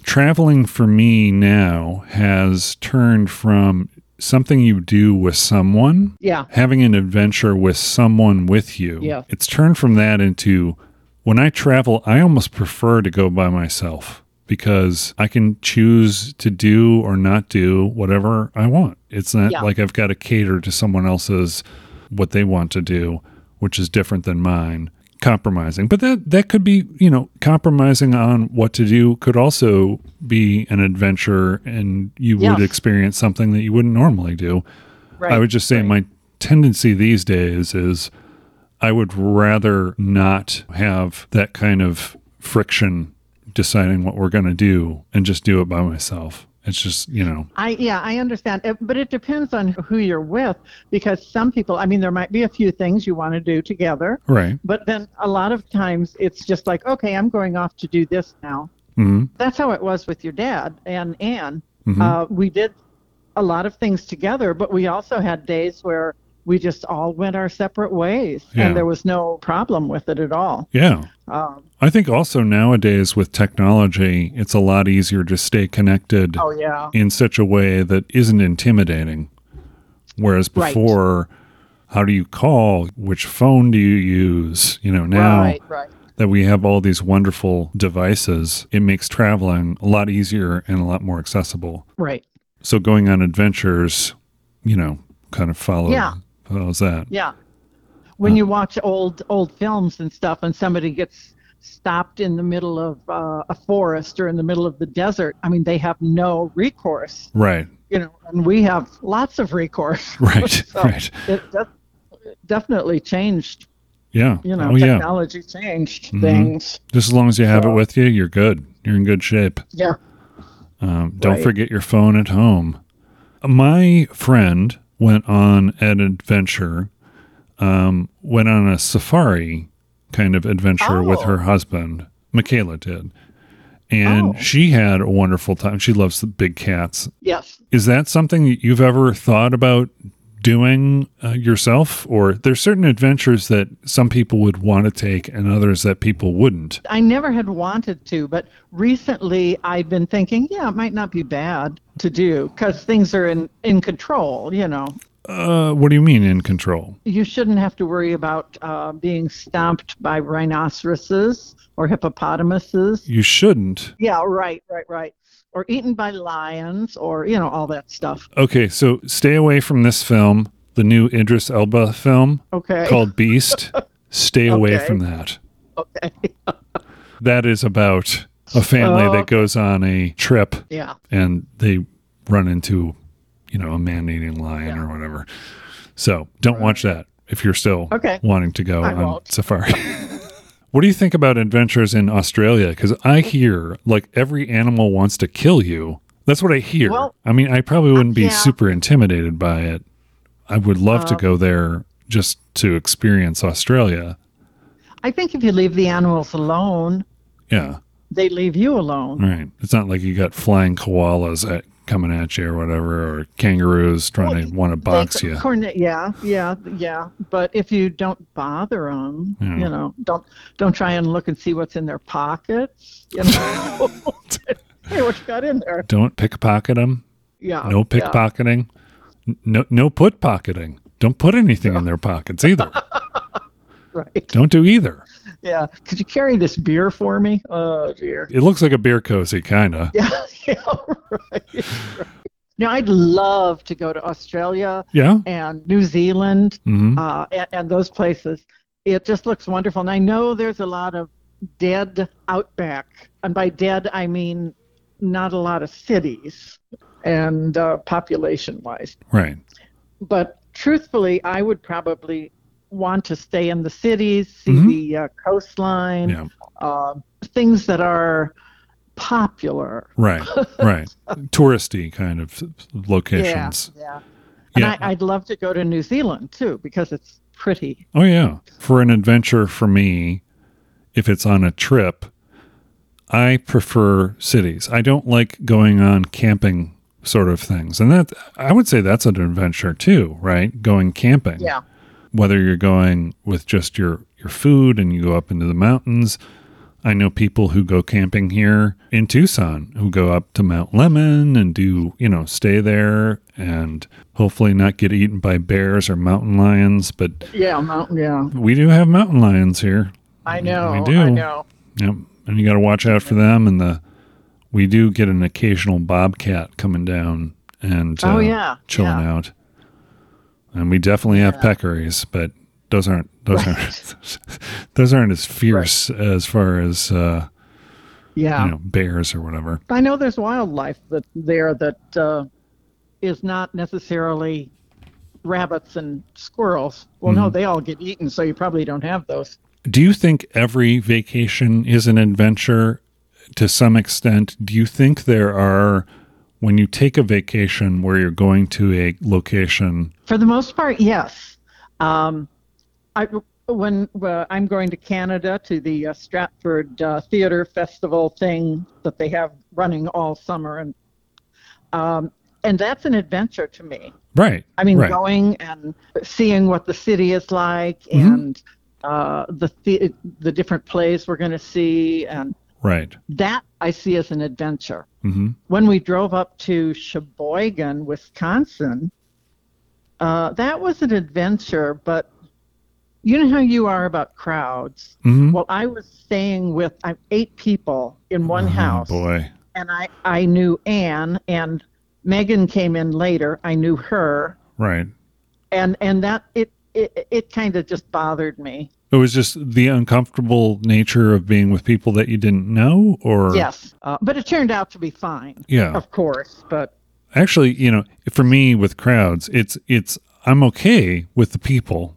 [SPEAKER 1] traveling for me now has turned from something you do with someone,
[SPEAKER 2] Yeah.
[SPEAKER 1] having an adventure with someone with you.
[SPEAKER 2] Yeah.
[SPEAKER 1] It's turned from that into when I travel, I almost prefer to go by myself because I can choose to do or not do whatever I want. It's not
[SPEAKER 2] Yeah.
[SPEAKER 1] like I've got to cater to someone else's what they want to do, which is different than mine. Compromising, but that that could be you know compromising on what to do could also be an adventure, and you
[SPEAKER 2] Yeah.
[SPEAKER 1] would experience something that you wouldn't normally do.
[SPEAKER 2] Right.
[SPEAKER 1] I would just say my tendency these days is I would rather not have that kind of friction deciding what we're going to do and just do it by myself. It's just, you know,
[SPEAKER 2] I yeah, I understand, It- but it depends on who you're with because some people, I mean, there might be a few things you want to do together,
[SPEAKER 1] right.
[SPEAKER 2] but then a lot of times it's just like, okay, I'm going off to do this now.
[SPEAKER 1] hmm
[SPEAKER 2] That's how it was with your dad and Anne.
[SPEAKER 1] Mm-hmm.
[SPEAKER 2] Uh, we did a lot of things together, but we also had days where we just all went our separate ways,
[SPEAKER 1] Yeah.
[SPEAKER 2] and there was no problem with it at all.
[SPEAKER 1] Yeah.
[SPEAKER 2] Um,
[SPEAKER 1] I think also nowadays with technology, it's a lot easier to stay connected
[SPEAKER 2] oh yeah,
[SPEAKER 1] in such a way that isn't intimidating. Whereas
[SPEAKER 2] Right.
[SPEAKER 1] before, how do you call? Which phone do you use? You know, now
[SPEAKER 2] right, right.
[SPEAKER 1] that we have all these wonderful devices, it makes traveling a lot easier and a lot more accessible.
[SPEAKER 2] Right.
[SPEAKER 1] So going on adventures, you know, kind of follow,
[SPEAKER 2] Yeah.
[SPEAKER 1] follows that.
[SPEAKER 2] Yeah. When you watch old old films and stuff and somebody gets stopped in the middle of uh, a forest or in the middle of the desert, I mean they have no recourse,
[SPEAKER 1] Right, [laughs]
[SPEAKER 2] you know, and we have lots of recourse.
[SPEAKER 1] right,
[SPEAKER 2] So
[SPEAKER 1] right.
[SPEAKER 2] It def- it definitely changed,
[SPEAKER 1] Yeah.
[SPEAKER 2] you know,
[SPEAKER 1] oh, yeah. Mm-hmm.
[SPEAKER 2] technology changed things.
[SPEAKER 1] Just as long as you have it
[SPEAKER 2] So-
[SPEAKER 1] with you, you're good. You're in good shape.
[SPEAKER 2] Yeah.
[SPEAKER 1] Um, don't
[SPEAKER 2] Right.
[SPEAKER 1] forget your phone at home. My friend went on an adventure, um, went on a safari kind of adventure with
[SPEAKER 2] Oh.
[SPEAKER 1] her husband. Michaela did. And
[SPEAKER 2] Oh.
[SPEAKER 1] she had a wonderful time. She loves the big cats.
[SPEAKER 2] Yes.
[SPEAKER 1] Is that something that you've ever thought about doing uh, yourself? Or there's certain adventures that some people would want to take and others that people wouldn't.
[SPEAKER 2] I never had wanted to, but recently I've been thinking, yeah, it might not be bad to do because things are in, in control, you know.
[SPEAKER 1] Uh, what do you mean in control?
[SPEAKER 2] you shouldn't have to worry about uh, being stomped by rhinoceroses or hippopotamuses.
[SPEAKER 1] You shouldn't.
[SPEAKER 2] Yeah, right, right, right. Or eaten by lions or, you know, all that stuff.
[SPEAKER 1] Okay, so stay away from this film, the new Idris Elba film
[SPEAKER 2] Okay.
[SPEAKER 1] called Beast.
[SPEAKER 2] [laughs]
[SPEAKER 1] Stay away
[SPEAKER 2] Okay.
[SPEAKER 1] from that.
[SPEAKER 2] Okay. [laughs]
[SPEAKER 1] That is about a family
[SPEAKER 2] Uh,
[SPEAKER 1] that goes on a trip
[SPEAKER 2] Yeah.
[SPEAKER 1] and they run into, you know, a man-eating lion or whatever. So don't watch that if you're still
[SPEAKER 2] Okay.
[SPEAKER 1] wanting to go
[SPEAKER 2] I
[SPEAKER 1] on
[SPEAKER 2] won't.
[SPEAKER 1] safari. [laughs] what do you think about adventures in Australia? Because I hear like every animal wants to kill you. That's what I hear.
[SPEAKER 2] Well-
[SPEAKER 1] I mean, I probably wouldn't be
[SPEAKER 2] Yeah. Uh,
[SPEAKER 1] super intimidated by it. I would love to go there just to experience Australia.
[SPEAKER 2] I think if you leave the animals alone,
[SPEAKER 1] Yeah.
[SPEAKER 2] they leave you alone.
[SPEAKER 1] All right. It's not like you got flying koalas at, coming at you or whatever, or kangaroos trying to want to box
[SPEAKER 2] They-
[SPEAKER 1] you.
[SPEAKER 2] corn- yeah, yeah, yeah. But if you don't bother them,
[SPEAKER 1] Yeah.
[SPEAKER 2] you know, don't don't try and look and see what's in their pockets. You
[SPEAKER 1] [laughs]
[SPEAKER 2] know, [laughs] hey, what you got in there?
[SPEAKER 1] Don't pickpocket them.
[SPEAKER 2] Oh, Yeah.
[SPEAKER 1] No
[SPEAKER 2] yeah.
[SPEAKER 1] pickpocketing. N- No, no put pocketing. Don't put anything in their pockets
[SPEAKER 2] [laughs]
[SPEAKER 1] either.
[SPEAKER 2] Right.
[SPEAKER 1] Don't do either.
[SPEAKER 2] Yeah. Could you carry this beer for me? Oh dear.
[SPEAKER 1] It looks like a beer cozy, kind of.
[SPEAKER 2] Yeah. [laughs] yeah right, right. Now I'd love to go to Australia
[SPEAKER 1] Yeah.
[SPEAKER 2] and New Zealand
[SPEAKER 1] hmm
[SPEAKER 2] uh, and, and those places. It just looks wonderful, and I know there's a lot of dead outback, and by dead I mean not a lot of cities and uh, population-wise.
[SPEAKER 1] Right.
[SPEAKER 2] but truthfully, I would probably want to stay in the cities, see
[SPEAKER 1] Mhm.
[SPEAKER 2] the uh, coastline, [laughs]
[SPEAKER 1] Yeah.
[SPEAKER 2] uh, things that are popular.
[SPEAKER 1] Right. Right. Touristy kind of locations.
[SPEAKER 2] Yeah, yeah. And
[SPEAKER 1] Yeah.
[SPEAKER 2] I, I'd love to go to New Zealand too because it's pretty.
[SPEAKER 1] Oh, yeah. For an adventure for me, if it's on a trip, I prefer cities. I don't like going on camping sort of things. And that, I would say that's an adventure too, right? Going camping.
[SPEAKER 2] Yeah,
[SPEAKER 1] whether you're going with just your your food and you go up into the mountains. I know people who go camping here in Tucson who go up to Mount Lemon and do, you know, stay there and hopefully not get eaten by bears or mountain lions, but
[SPEAKER 2] yeah, mountain. Yeah,
[SPEAKER 1] we do have mountain lions here.
[SPEAKER 2] I know.
[SPEAKER 1] do.
[SPEAKER 2] I know.
[SPEAKER 1] Yep. And you got to watch out for them and the we do get an occasional bobcat coming down and uh,
[SPEAKER 2] Oh, yeah.
[SPEAKER 1] chilling
[SPEAKER 2] Yeah.
[SPEAKER 1] out. And we definitely have peccaries, but those aren't those aren't [laughs] those aren't as fierce as far as uh,
[SPEAKER 2] Yeah,
[SPEAKER 1] you know bears or whatever.
[SPEAKER 2] I know there's wildlife that there that uh, is not necessarily rabbits and squirrels. Well,
[SPEAKER 1] Mm-hmm.
[SPEAKER 2] no, they all get eaten, so you probably don't have those.
[SPEAKER 1] Do you think every vacation is an adventure to some extent? Do you think there are, when you take a vacation where you're going to a location,
[SPEAKER 2] For the most part, yes. Um, I when uh, I'm going to Canada to the uh, Stratford uh, Theater Festival thing that they have running all summer, and um, and that's an adventure to me.
[SPEAKER 1] right?
[SPEAKER 2] I mean,
[SPEAKER 1] right.
[SPEAKER 2] going and seeing what the city is like and uh, the, the the different plays we're going to see, and
[SPEAKER 1] right.
[SPEAKER 2] that I see as an adventure.
[SPEAKER 1] hmm
[SPEAKER 2] When we drove up to Sheboygan, Wisconsin, uh, that was an adventure, but you know how you are about crowds.
[SPEAKER 1] Mhm.
[SPEAKER 2] Well, I was staying with uh, eight people in one house
[SPEAKER 1] Mm-hmm, Boy.
[SPEAKER 2] and I, I knew Anne and Megan came in later. I knew her
[SPEAKER 1] Right.
[SPEAKER 2] and and that it it, it kind of just bothered me.
[SPEAKER 1] It was just the uncomfortable nature of being with people that you didn't know, or
[SPEAKER 2] Yes, uh, but it turned out to be fine.
[SPEAKER 1] Yeah.
[SPEAKER 2] of course. But
[SPEAKER 1] actually you know for me with crowds it's it's i'm okay with the people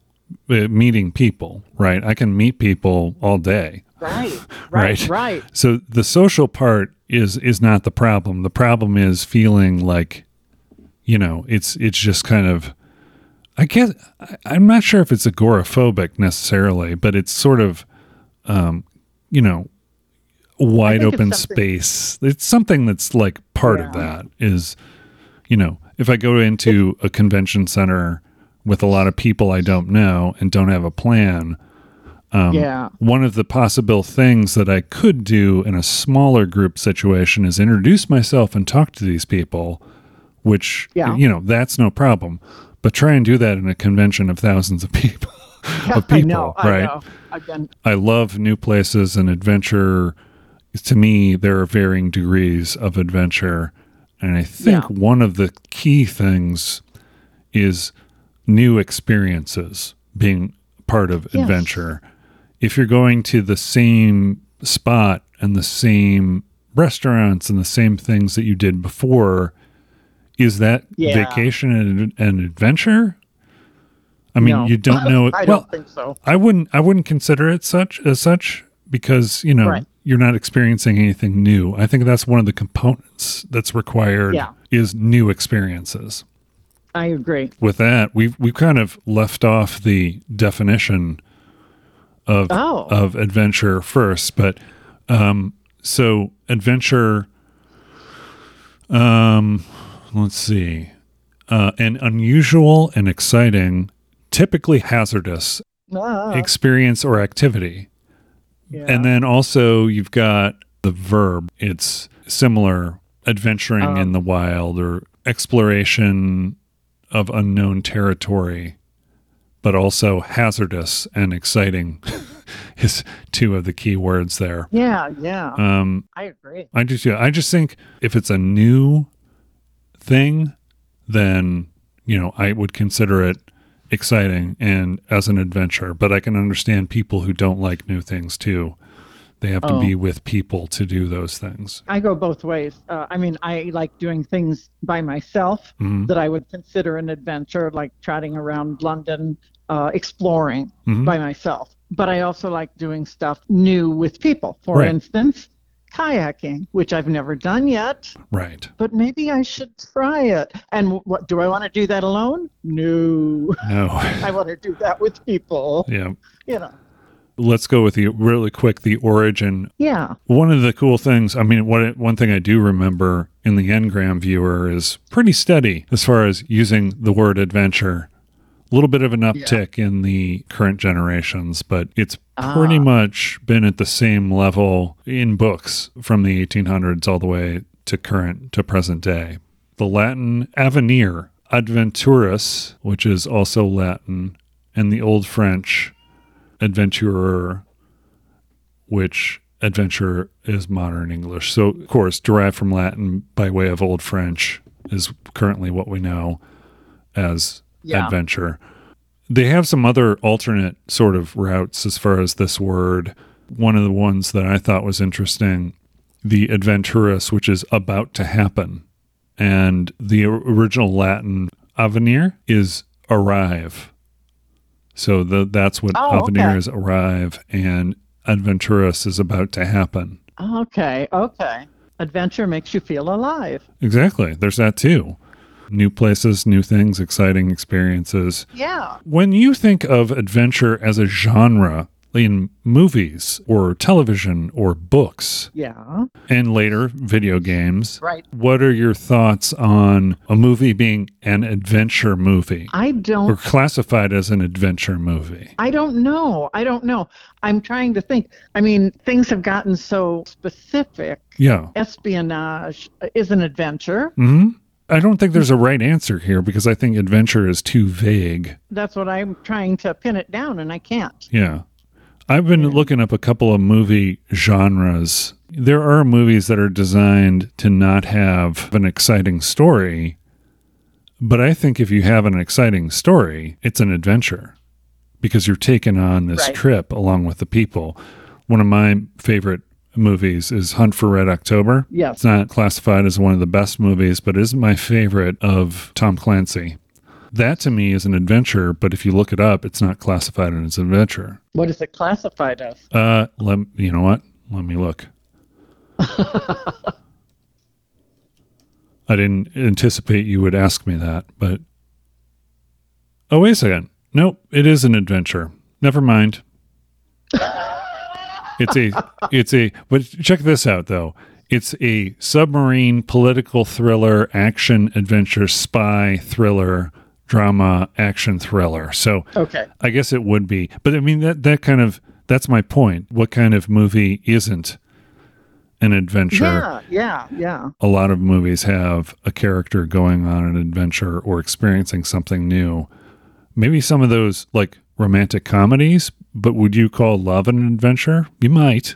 [SPEAKER 1] uh, meeting people right i can meet people all day [laughs]
[SPEAKER 2] right,
[SPEAKER 1] Right.
[SPEAKER 2] right, right.
[SPEAKER 1] so the social part is is not the problem the problem is feeling like you know it's it's just kind of i guess I, i'm not sure if it's agoraphobic necessarily but it's sort of um you know wide
[SPEAKER 2] think it's
[SPEAKER 1] open
[SPEAKER 2] something-
[SPEAKER 1] space it's something that's like part of that is you know if i go into a convention center with a lot of people i don't know and don't have a plan Um,
[SPEAKER 2] yeah,
[SPEAKER 1] one of the possible things that I could do in a smaller group situation is introduce myself and talk to these people, which,
[SPEAKER 2] Yeah.
[SPEAKER 1] you know, that's no problem. But try and do that in a convention of thousands of people. of people,
[SPEAKER 2] I know.
[SPEAKER 1] right?
[SPEAKER 2] I know. Again,
[SPEAKER 1] I love new places and adventure. To me, there are varying degrees of adventure. And I think
[SPEAKER 2] Yeah.
[SPEAKER 1] one of the key things is new experiences being part of
[SPEAKER 2] Yes.
[SPEAKER 1] adventure. If you're going to the same spot and the same restaurants and the same things that you did before, is that
[SPEAKER 2] Yeah.
[SPEAKER 1] vacation and an adventure? I mean,
[SPEAKER 2] No.
[SPEAKER 1] you don't know it.
[SPEAKER 2] [laughs] I
[SPEAKER 1] well,
[SPEAKER 2] don't think so.
[SPEAKER 1] I wouldn't I wouldn't consider it such as such because you know
[SPEAKER 2] Right.
[SPEAKER 1] you're not experiencing anything new. I think that's one of the components that's required
[SPEAKER 2] Yeah.
[SPEAKER 1] is new experiences.
[SPEAKER 2] I agree.
[SPEAKER 1] With that, we've we've kind of left off the definition of
[SPEAKER 2] Oh.
[SPEAKER 1] of adventure first, but um so adventure um let's see. Uh, an unusual and exciting, typically hazardous
[SPEAKER 2] Ah,
[SPEAKER 1] experience or activity.
[SPEAKER 2] yeah.
[SPEAKER 1] And then also you've got the verb. It's similar adventuring
[SPEAKER 2] Oh.
[SPEAKER 1] in the wild or exploration of unknown territory, but also hazardous and exciting [laughs] is two of the key words there.
[SPEAKER 2] yeah, yeah,
[SPEAKER 1] Um,
[SPEAKER 2] I agree.
[SPEAKER 1] I just yeah, I just think if it's a new thing, then you know I would consider it exciting and as an adventure. But I can understand people who don't like new things too. They have to
[SPEAKER 2] Oh.
[SPEAKER 1] be with people to do those things.
[SPEAKER 2] I go both ways. Uh, I mean, I like doing things by myself
[SPEAKER 1] Mhm.
[SPEAKER 2] that I would consider an adventure, like trotting around London, uh, exploring
[SPEAKER 1] Mhm.
[SPEAKER 2] by myself. But I also like doing stuff new with people. For
[SPEAKER 1] Right.
[SPEAKER 2] instance, kayaking, which I've never done yet,
[SPEAKER 1] Right?
[SPEAKER 2] but maybe I should try it. And what do I want to do that alone? No,
[SPEAKER 1] No. [laughs]
[SPEAKER 2] I want to do that with people.
[SPEAKER 1] yeah.
[SPEAKER 2] You know,
[SPEAKER 1] Let's go with the really quick the origin
[SPEAKER 2] yeah,
[SPEAKER 1] One of the cool things, I mean, what one thing I do remember in the Ngram viewer is pretty steady as far as using the word adventure. A little bit of an uptick in the current generations, but it's pretty much been at the same level in books from the 1800s all the way to current to present day. The Latin avenir, adventurus, which is also Latin, and the Old French adventurer, which adventure is modern English. So, of course, derived from Latin by way of Old French is currently what we know as
[SPEAKER 2] Yeah.
[SPEAKER 1] adventure. They have some other alternate sort of routes as far as this word. One of the ones that I thought was interesting, the adventurous, which is about to happen. And the o- original Latin avenir is arrive. So the, that's what
[SPEAKER 2] Oh, okay.
[SPEAKER 1] Habaneros arrive and Adventurous is about to happen.
[SPEAKER 2] Okay, okay. Adventure makes you feel alive.
[SPEAKER 1] Exactly. There's that too. New places, new things, exciting experiences.
[SPEAKER 2] Yeah.
[SPEAKER 1] When you think of adventure as a genre in movies or television or books
[SPEAKER 2] Yeah.
[SPEAKER 1] and later video games,
[SPEAKER 2] Right.
[SPEAKER 1] what are your thoughts on a movie being an adventure movie
[SPEAKER 2] I
[SPEAKER 1] or
[SPEAKER 2] don't
[SPEAKER 1] classified as an adventure movie?
[SPEAKER 2] I don't know. I don't know. I'm trying to think. I mean, things have gotten so specific.
[SPEAKER 1] Yeah.
[SPEAKER 2] Espionage is an adventure.
[SPEAKER 1] hmm I don't think there's a right answer here because I think adventure is too vague.
[SPEAKER 2] That's what I'm trying to pin it down, and I can't.
[SPEAKER 1] Yeah. I've been looking up a couple of movie genres. There are movies that are designed to not have an exciting story, but I think if you have an exciting story, it's an adventure because you're taken on this
[SPEAKER 2] Right.
[SPEAKER 1] trip along with the people. One of my favorite movies is Hunt for Red October.
[SPEAKER 2] Yes.
[SPEAKER 1] It's not classified as one of the best movies, but it is my favorite of Tom Clancy. That to me is an adventure, but if you look it up, it's not classified as an adventure.
[SPEAKER 2] What is it classified as?
[SPEAKER 1] Uh, let you know what? Let me look. I didn't anticipate you would ask me that, but oh wait a second. Nope, it is an adventure. Never mind. it's a it's a but check this out though. It's a submarine political thriller, action adventure, spy thriller, drama, action thriller. So
[SPEAKER 2] Okay.
[SPEAKER 1] I guess it would be, but I mean that that kind of that's my point. What kind of movie isn't an adventure?
[SPEAKER 2] Yeah, yeah, yeah.
[SPEAKER 1] A lot of movies have a character going on an adventure or experiencing something new. Maybe some of those like romantic comedies, but would you call love an adventure? You might,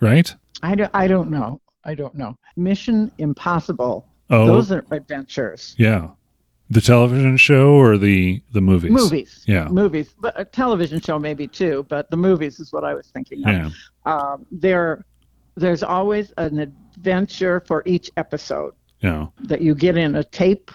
[SPEAKER 1] right?
[SPEAKER 2] I don't, I don't know. I don't know. Mission Impossible.
[SPEAKER 1] Oh.
[SPEAKER 2] Those are adventures.
[SPEAKER 1] Yeah, the television show or the the movies.
[SPEAKER 2] Movies.
[SPEAKER 1] Yeah.
[SPEAKER 2] Movies. But a television show maybe too, but the movies is what I was thinking of.
[SPEAKER 1] Yeah.
[SPEAKER 2] Um, there, there's always an adventure for each episode
[SPEAKER 1] Yeah.
[SPEAKER 2] that you get in a tape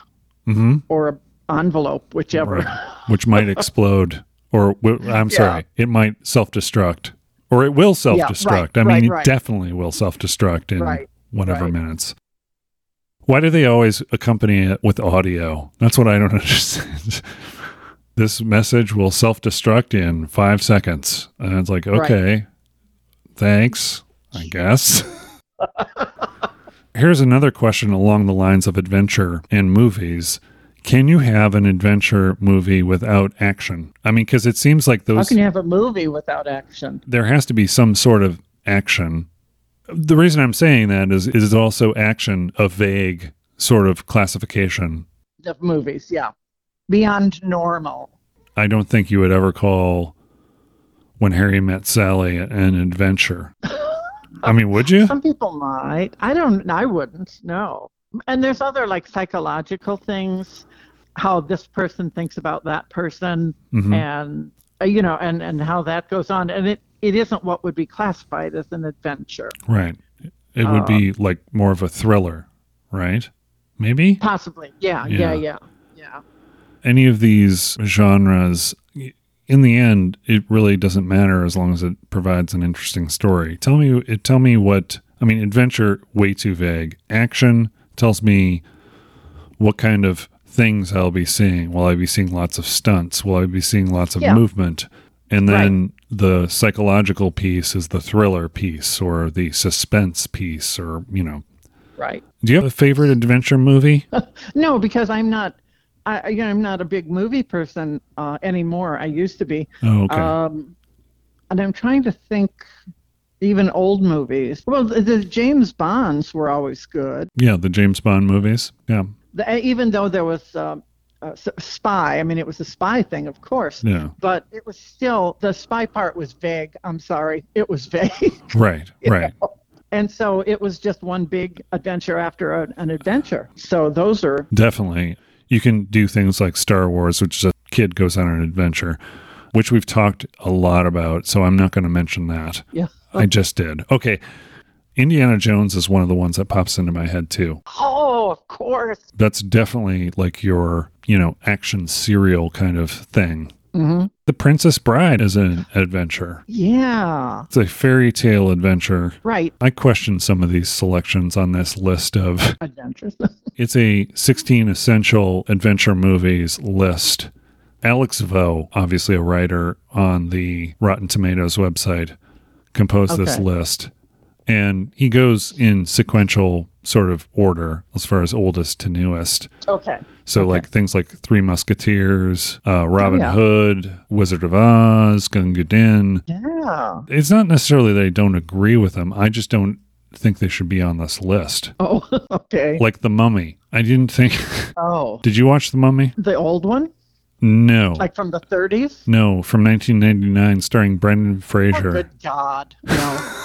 [SPEAKER 1] Mm-hmm.
[SPEAKER 2] or a envelope, whichever.
[SPEAKER 1] Right. which might explode or w- I'm sorry, it might self-destruct or it will self-destruct. I mean,
[SPEAKER 2] right,
[SPEAKER 1] it
[SPEAKER 2] right.
[SPEAKER 1] definitely will self-destruct in
[SPEAKER 2] Right,
[SPEAKER 1] whatever
[SPEAKER 2] right.
[SPEAKER 1] minutes. Why do they always accompany it with audio? That's what I don't [laughs] understand. this message will self-destruct in 5 seconds. And it's like, okay. Thanks, I guess. Here's another question along the lines of adventure and movies. Can you have an adventure movie without action? I mean, because it seems like
[SPEAKER 2] How
[SPEAKER 1] those
[SPEAKER 2] can you have a movie without action?
[SPEAKER 1] there has to be some sort of action. The reason I'm saying that is is also action a vague sort of classification.
[SPEAKER 2] Of movies, yeah. Beyond normal.
[SPEAKER 1] I don't think you would ever call when Harry met Sally an adventure. I mean, would
[SPEAKER 2] [laughs]
[SPEAKER 1] you?
[SPEAKER 2] Some people might. I don't. I wouldn't. No. And there's other like psychological things, how this person thinks about that person,
[SPEAKER 1] Mhm.
[SPEAKER 2] and uh, you know, and and how that goes on. And it it isn't what would be classified as an adventure,
[SPEAKER 1] Right. It would
[SPEAKER 2] Uh.
[SPEAKER 1] be like more of a thriller, right? Maybe?
[SPEAKER 2] possibly. Yeah.
[SPEAKER 1] Yeah.
[SPEAKER 2] Yeah. Yeah. Yeah.
[SPEAKER 1] Any of these genres, in the end, it really doesn't matter as long as it provides an interesting story. Tell me, it- tell me what, I mean, adventure, way too vague. Action tells me what kind of things I'll be seeing. Will I be seeing lots of stunts? Will I be seeing lots of
[SPEAKER 2] Yeah.
[SPEAKER 1] movement? And then the psychological piece is the thriller piece or the suspense piece or, you know,
[SPEAKER 2] Right.
[SPEAKER 1] Do you have a favorite adventure movie?
[SPEAKER 2] No, because I'm not. I I- you know I'm not a big movie person uh, anymore. I used to be.
[SPEAKER 1] Oh, okay.
[SPEAKER 2] Um, and I'm trying to think, even old movies. Well, the, the James Bonds were always good,
[SPEAKER 1] yeah, the James Bond movies. Yeah.
[SPEAKER 2] the, e, even though there was um, a s- spy. I mean, it was a spy thing, of course.
[SPEAKER 1] Yeah.
[SPEAKER 2] But it was still the spy part was vague. I'm sorry, it was [laughs] vague,
[SPEAKER 1] Right. Right.
[SPEAKER 2] and so it was just one big adventure after a, an adventure. So those are
[SPEAKER 1] Definitely. You can do things like Star Wars, which is a kid goes on an adventure, which we've talked a lot about, so I'm not going to mention that.
[SPEAKER 2] yeah.
[SPEAKER 1] I just did. Okay. Indiana Jones is one of the ones that pops into my head too.
[SPEAKER 2] Oh Oh, of course.
[SPEAKER 1] That's definitely like your, you know, action serial kind of thing.
[SPEAKER 2] hmm
[SPEAKER 1] The Princess Bride is an adventure.
[SPEAKER 2] Yeah,
[SPEAKER 1] It's a fairy tale adventure.
[SPEAKER 2] right.
[SPEAKER 1] I question some of these selections on this list of
[SPEAKER 2] Adventures. [laughs]
[SPEAKER 1] it's a 16 essential adventure movies list. Alex Vo, obviously a writer on the Rotten Tomatoes website, composed this
[SPEAKER 2] Okay.
[SPEAKER 1] list. And he goes in sequential sort of order as far as oldest to newest.
[SPEAKER 2] okay.
[SPEAKER 1] So, like things like Three Musketeers, uh, Robin
[SPEAKER 2] yeah.
[SPEAKER 1] Hood, Wizard of Oz, Gunga Din.
[SPEAKER 2] Yeah.
[SPEAKER 1] It's not necessarily that I don't agree with them. I just don't think they should be on this list.
[SPEAKER 2] Oh, [laughs] okay.
[SPEAKER 1] Like The Mummy. I didn't think. [laughs]
[SPEAKER 2] Oh,
[SPEAKER 1] Did you watch The Mummy?
[SPEAKER 2] the old one,
[SPEAKER 1] No.
[SPEAKER 2] like from the 30s.
[SPEAKER 1] no, from 1999, starring Brendan
[SPEAKER 2] Oh,
[SPEAKER 1] Fraser.
[SPEAKER 2] good God. No.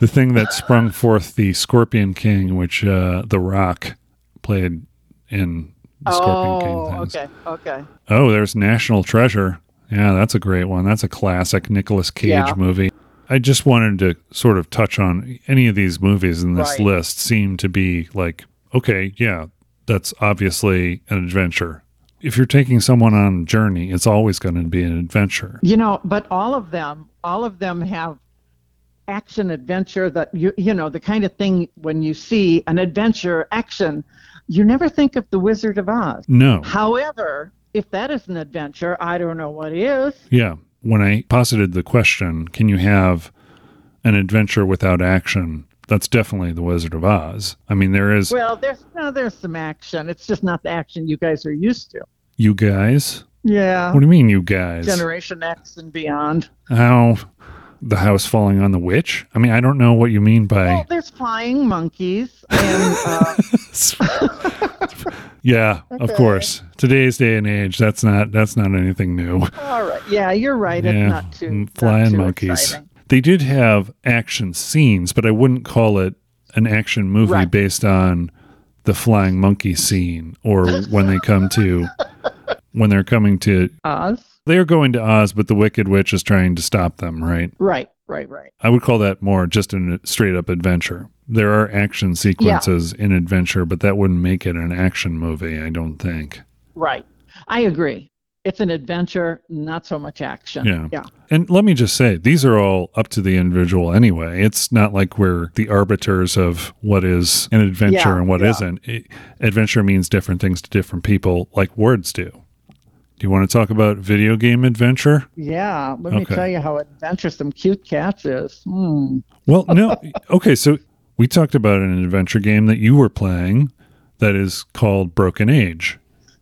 [SPEAKER 1] the thing
[SPEAKER 2] [laughs]
[SPEAKER 1] that sprung forth the Scorpion King, which uh, The Rock played in [laughs] the Scorpion King
[SPEAKER 2] oh,
[SPEAKER 1] things.
[SPEAKER 2] okay. Okay.
[SPEAKER 1] Oh, there's National Treasure. Yeah, that's a great one. That's a classic Nicolas Cage
[SPEAKER 2] Yeah.
[SPEAKER 1] movie. I just wanted to sort of touch on any of these movies in this
[SPEAKER 2] Right.
[SPEAKER 1] list seem to be like, okay, yeah, that's obviously an adventure. If you're taking someone on a journey, it's always going to be an adventure.
[SPEAKER 2] You know, but all of them, all of them have action adventure that you you know the kind of thing when you see an adventure action, you never think of the Wizard of Oz.
[SPEAKER 1] No.
[SPEAKER 2] However, if that is an adventure, I don't know what is.
[SPEAKER 1] Yeah. When I posited the question, can you have an adventure without action? That's definitely The Wizard of Oz. I mean, there is
[SPEAKER 2] Well, there's no, there's some action. It's just not the action you guys are used to.
[SPEAKER 1] you guys.
[SPEAKER 2] Yeah.
[SPEAKER 1] What do you mean, you guys?
[SPEAKER 2] Generation X and beyond.
[SPEAKER 1] how the house falling on the witch. I mean, I don't know what you mean by.
[SPEAKER 2] Well, there's flying monkeys and uh,
[SPEAKER 1] yeah, of
[SPEAKER 2] Okay.
[SPEAKER 1] course. Today's day and age, that's not that's not anything new.
[SPEAKER 2] [laughs] all right. Yeah, you're right. It's
[SPEAKER 1] yeah,
[SPEAKER 2] not too
[SPEAKER 1] mm,
[SPEAKER 2] not
[SPEAKER 1] flying
[SPEAKER 2] too
[SPEAKER 1] monkeys.
[SPEAKER 2] exciting.
[SPEAKER 1] They did have action scenes, but I wouldn't call it an action movie
[SPEAKER 2] Right.
[SPEAKER 1] based on the flying monkey scene or when they come to when they're coming to
[SPEAKER 2] Oz.
[SPEAKER 1] they're going to Oz, but the Wicked Witch is trying to stop them, right?
[SPEAKER 2] Right. Right. Right.
[SPEAKER 1] I would call that more just a straight up adventure. There are action sequences in adventure, but that wouldn't make it an action movie, I don't think.
[SPEAKER 2] Right. I agree. It's an adventure, not so much action.
[SPEAKER 1] Yeah. And let me just say, these are all up to the individual anyway. It's not like we're the arbiters of what is an adventure
[SPEAKER 2] Yeah,
[SPEAKER 1] and what
[SPEAKER 2] yeah.
[SPEAKER 1] not adventure means different things to different people, like words do. Do you want to talk about video game adventure?
[SPEAKER 2] Yeah. Let me
[SPEAKER 1] Okay.
[SPEAKER 2] tell you how adventuresome Cute Cats is. Hmm.
[SPEAKER 1] Well,
[SPEAKER 2] [laughs]
[SPEAKER 1] no. okay, so we talked about an adventure game that you were playing that is called Broken Age.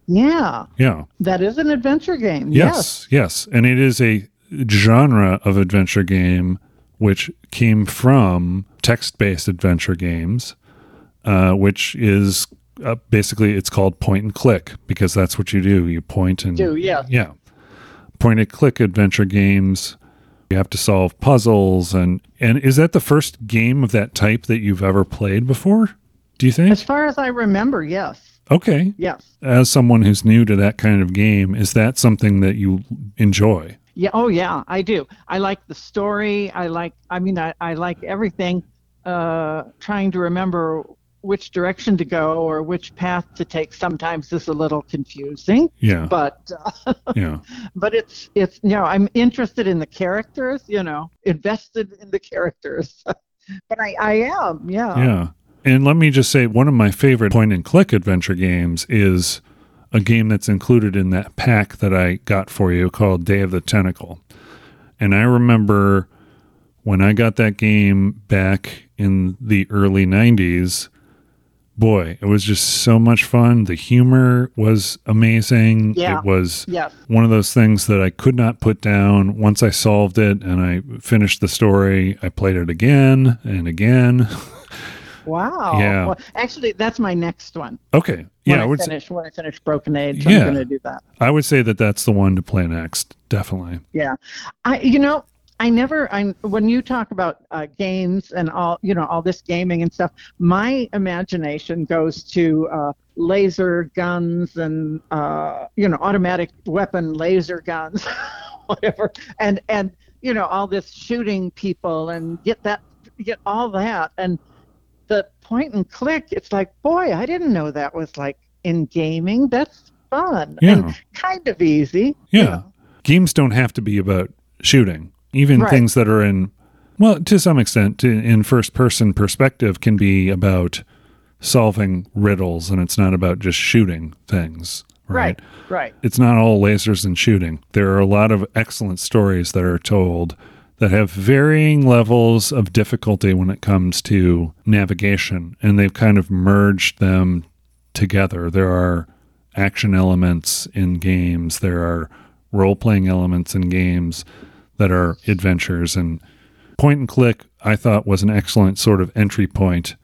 [SPEAKER 2] Yeah.
[SPEAKER 1] Yeah.
[SPEAKER 2] That is an adventure game. Yes.
[SPEAKER 1] Yes, yes. And it is a genre of adventure game which came from text based adventure games, uh, which is uh, basically it's called point and click because that's what you do. You point and
[SPEAKER 2] Do yes.
[SPEAKER 1] yeah. Point and click adventure games. You have to solve puzzles and and is that the first game of that type that you've ever played before? Do you think?
[SPEAKER 2] As far as I remember, yes.
[SPEAKER 1] Okay.
[SPEAKER 2] Yes.
[SPEAKER 1] As someone who's new to that kind of game, is that something that you enjoy?
[SPEAKER 2] Yeah. Oh, yeah. I do. I like the story. I like. I mean, I, I like everything. Uh, trying to remember which direction to go or which path to take sometimes is a little confusing,
[SPEAKER 1] Yeah.
[SPEAKER 2] but uh,
[SPEAKER 1] yeah.
[SPEAKER 2] but it's it's you know i'm interested in the characters you know invested in the characters [laughs] but i i am yeah
[SPEAKER 1] Yeah. And let me just say one of my favorite point and click adventure games is a game that's included in that pack that I got for you called Day of the Tentacle. And I remember when I got that game back in the early 90s, boy, it was just so much fun. The humor was amazing.
[SPEAKER 2] Yeah.
[SPEAKER 1] It was
[SPEAKER 2] yes
[SPEAKER 1] one of those things that I could not put down. Once I solved it and I finished the story, I played it again and again.
[SPEAKER 2] wow
[SPEAKER 1] Yeah.
[SPEAKER 2] well, actually that's my next one
[SPEAKER 1] Okay.
[SPEAKER 2] when
[SPEAKER 1] Yeah, I
[SPEAKER 2] i
[SPEAKER 1] would, s-
[SPEAKER 2] finish when i finish broken age
[SPEAKER 1] Yeah.
[SPEAKER 2] i'm gonna do that
[SPEAKER 1] I would say that that's the one to play next. Definitely.
[SPEAKER 2] yeah i you know i never i when you talk about uh, games and all you know all this gaming and stuff my imagination goes to uh, laser guns and uh, you know automatic weapon laser guns [laughs] whatever and and you know all this shooting people and get that get all that and the point and click, it's like, boy, I didn't know that was like in gaming. That's fun
[SPEAKER 1] Yeah.
[SPEAKER 2] and kind of easy.
[SPEAKER 1] Yeah.
[SPEAKER 2] you know.
[SPEAKER 1] Games don't have to be about shooting. Even
[SPEAKER 2] Right.
[SPEAKER 1] things that are in, well, to some extent, to, in first person perspective, can be about solving riddles and it's not about just shooting things.
[SPEAKER 2] Right. Right.
[SPEAKER 1] It's not all lasers and shooting. There are a lot of excellent stories that are told that have varying levels of difficulty when it comes to navigation, and they've kind of merged them together. There are action elements in games, there are role playing elements in games that are adventures, and point and click, I thought, was an excellent sort of entry point.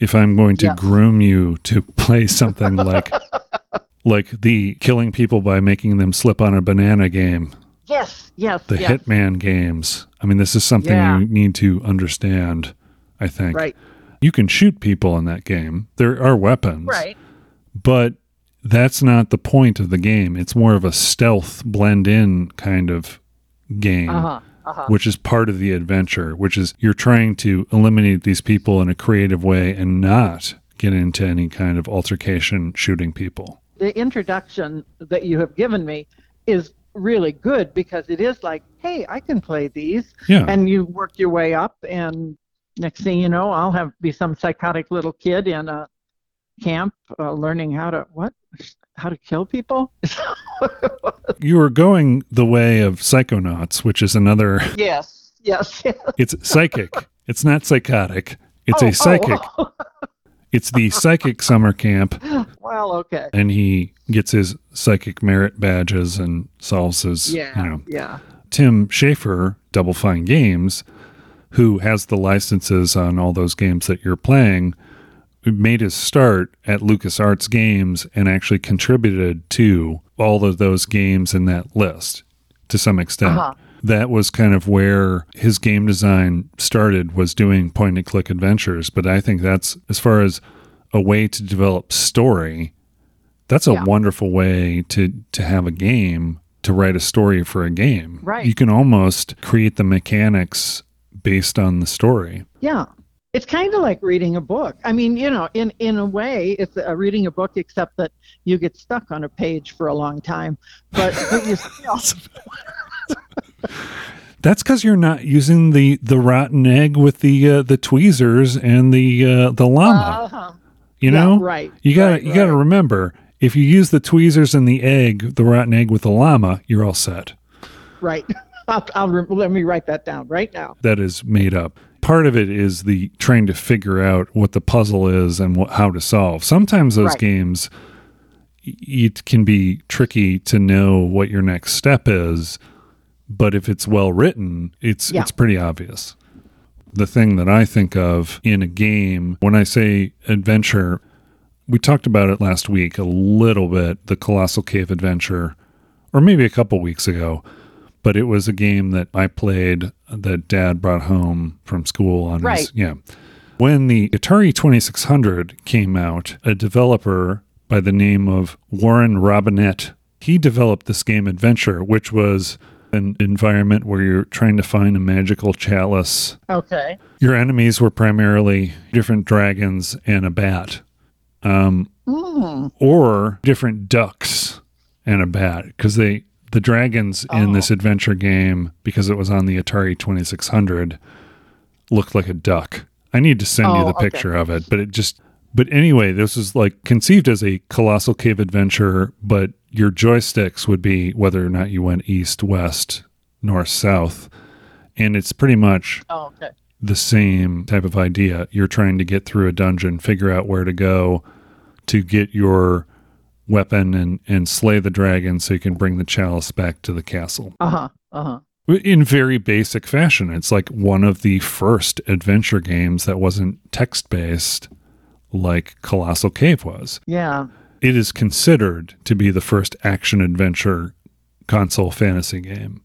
[SPEAKER 1] If I'm going to
[SPEAKER 2] Yeah.
[SPEAKER 1] groom you to [laughs] play something like like the killing people by making them slip on a banana game,
[SPEAKER 2] Yes. Yes.
[SPEAKER 1] the
[SPEAKER 2] yes.
[SPEAKER 1] Hitman games. I mean, this is something
[SPEAKER 2] Yeah.
[SPEAKER 1] you need to understand, I think.
[SPEAKER 2] Right.
[SPEAKER 1] You can shoot people in that game, there are weapons.
[SPEAKER 2] Right.
[SPEAKER 1] But that's not the point of the game. It's more of a stealth blend in kind of game.
[SPEAKER 2] Uh huh. Uh huh.
[SPEAKER 1] Which is part of the adventure, which is you're trying to eliminate these people in a creative way and not get into any kind of altercation shooting people.
[SPEAKER 2] the introduction that you have given me is really good because it is like, hey, I can play these,
[SPEAKER 1] Yeah.
[SPEAKER 2] and you work your way up, and next thing you know, I'll have be some psychotic little kid in a camp uh, learning how to what, how to kill people.
[SPEAKER 1] you were going the way of psychonauts which is
[SPEAKER 2] [laughs]
[SPEAKER 1] another
[SPEAKER 2] yes, yes. yes.
[SPEAKER 1] it's psychic it's not psychotic it's
[SPEAKER 2] [laughs] Oh,
[SPEAKER 1] a psychic
[SPEAKER 2] oh,
[SPEAKER 1] it's
[SPEAKER 2] [laughs]
[SPEAKER 1] the psychic summer camp
[SPEAKER 2] well, okay.
[SPEAKER 1] and he gets his psychic merit badges and solves his
[SPEAKER 2] Yeah,
[SPEAKER 1] you know
[SPEAKER 2] yeah.
[SPEAKER 1] tim schafer double fine games who has the licenses on all those games that you're playing made his start at lucasarts games and actually contributed to all of those games in that list to some extent
[SPEAKER 2] Uh-huh.
[SPEAKER 1] that was kind of where his game design started was doing point and click adventures but i think that's as far as a way to develop story that's a
[SPEAKER 2] Yeah.
[SPEAKER 1] wonderful way to to have a game to write a story for a game
[SPEAKER 2] Right.
[SPEAKER 1] you can almost create the mechanics based on the story
[SPEAKER 2] Yeah. It's kind of like reading a book. I mean, you know, in, in a way, it's a reading a book, except that you get stuck on a page for a long time. But, but [laughs] you still,
[SPEAKER 1] That's because you're not using the the rotten egg with the uh, the tweezers and the uh, the llama.
[SPEAKER 2] uh-huh.
[SPEAKER 1] you
[SPEAKER 2] yeah,
[SPEAKER 1] know,
[SPEAKER 2] right,
[SPEAKER 1] You gotta
[SPEAKER 2] right,
[SPEAKER 1] you gotta
[SPEAKER 2] right.
[SPEAKER 1] remember if you use the tweezers and the egg, the rotten egg with the llama, you're all set.
[SPEAKER 2] right. I'll, I'll re- let me write that down right now.
[SPEAKER 1] That is made up. Part of it is the trying to figure out what the puzzle is and what, how to solve. Sometimes those
[SPEAKER 2] Right.
[SPEAKER 1] games y- it can be tricky to know what your next step is, but if it's well written, it's
[SPEAKER 2] Yeah.
[SPEAKER 1] it's pretty obvious. the thing that I think of in a game when I say adventure. We talked about it last week a little bit, the Colossal Cave Adventure, or maybe a couple weeks ago, but it was a game that I played that dad brought home from school on
[SPEAKER 2] Right.
[SPEAKER 1] his. Yeah. When the Atari 2600 came out, a developer by the name of Warren Robinette, he developed this game Adventure, which was an environment where you're trying to find a magical chalice
[SPEAKER 2] Okay.
[SPEAKER 1] your enemies were primarily different dragons and a bat, Um,
[SPEAKER 2] Mm,
[SPEAKER 1] or different ducks and a bat, because they the dragons
[SPEAKER 2] Oh.
[SPEAKER 1] in this adventure game, because it was on the Atari Twenty Six Hundred, looked like a duck. I need to send you
[SPEAKER 2] Oh,
[SPEAKER 1] the
[SPEAKER 2] okay.
[SPEAKER 1] picture of it, but it just. But anyway, this was like conceived as a colossal cave adventure, but your joysticks would be whether or not you went east, west, north, south. And it's pretty much
[SPEAKER 2] oh, okay.
[SPEAKER 1] the same type of idea. You're trying to get through a dungeon, figure out where to go to get your weapon and, and slay the dragon so you can bring the chalice back to the castle.
[SPEAKER 2] Uh huh. Uh huh.
[SPEAKER 1] In very basic fashion, it's like one of the first adventure games that wasn't text based like Colossal Cave was.
[SPEAKER 2] Yeah.
[SPEAKER 1] It is considered to be the first action adventure console fantasy game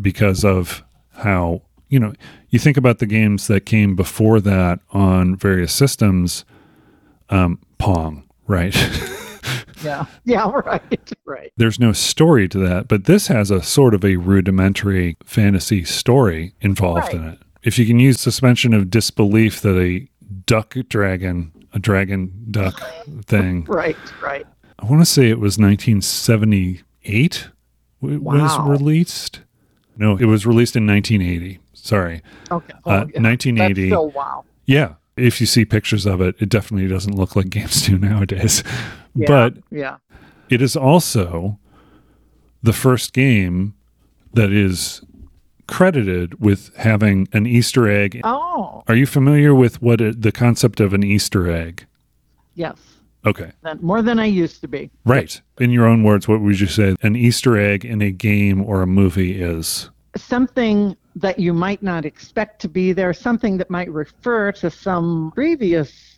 [SPEAKER 1] because of how, you know, you think about the games that came before that on various systems, um, Pong, right? [laughs]
[SPEAKER 2] Yeah. Yeah. [laughs] Right. Right.
[SPEAKER 1] There's no story to that, but this has a sort of a rudimentary fantasy story involved in it. If you can use suspension of disbelief that a duck dragon, a dragon duck thing.
[SPEAKER 2] Right, right.
[SPEAKER 1] I want to say it was 1978 it was
[SPEAKER 2] Wow.
[SPEAKER 1] released. No, it was released in 1980. Sorry.
[SPEAKER 2] Okay.
[SPEAKER 1] Uh,
[SPEAKER 2] Oh, yeah.
[SPEAKER 1] 1980.
[SPEAKER 2] That's still wow.
[SPEAKER 1] Yeah. If you see pictures of it, it definitely doesn't look like games do [laughs] nowadays.
[SPEAKER 2] Yeah,
[SPEAKER 1] But
[SPEAKER 2] yeah,
[SPEAKER 1] it is also the first game that is credited with having an Easter egg.
[SPEAKER 2] oh
[SPEAKER 1] Are you familiar with what it, the concept of an Easter egg?
[SPEAKER 2] yes,
[SPEAKER 1] Okay.
[SPEAKER 2] Then- more than I used to be.
[SPEAKER 1] Right. In your own words, what would you say an Easter egg in a game or a movie is?
[SPEAKER 2] Something that you might not expect to be there. Something that might refer to some previous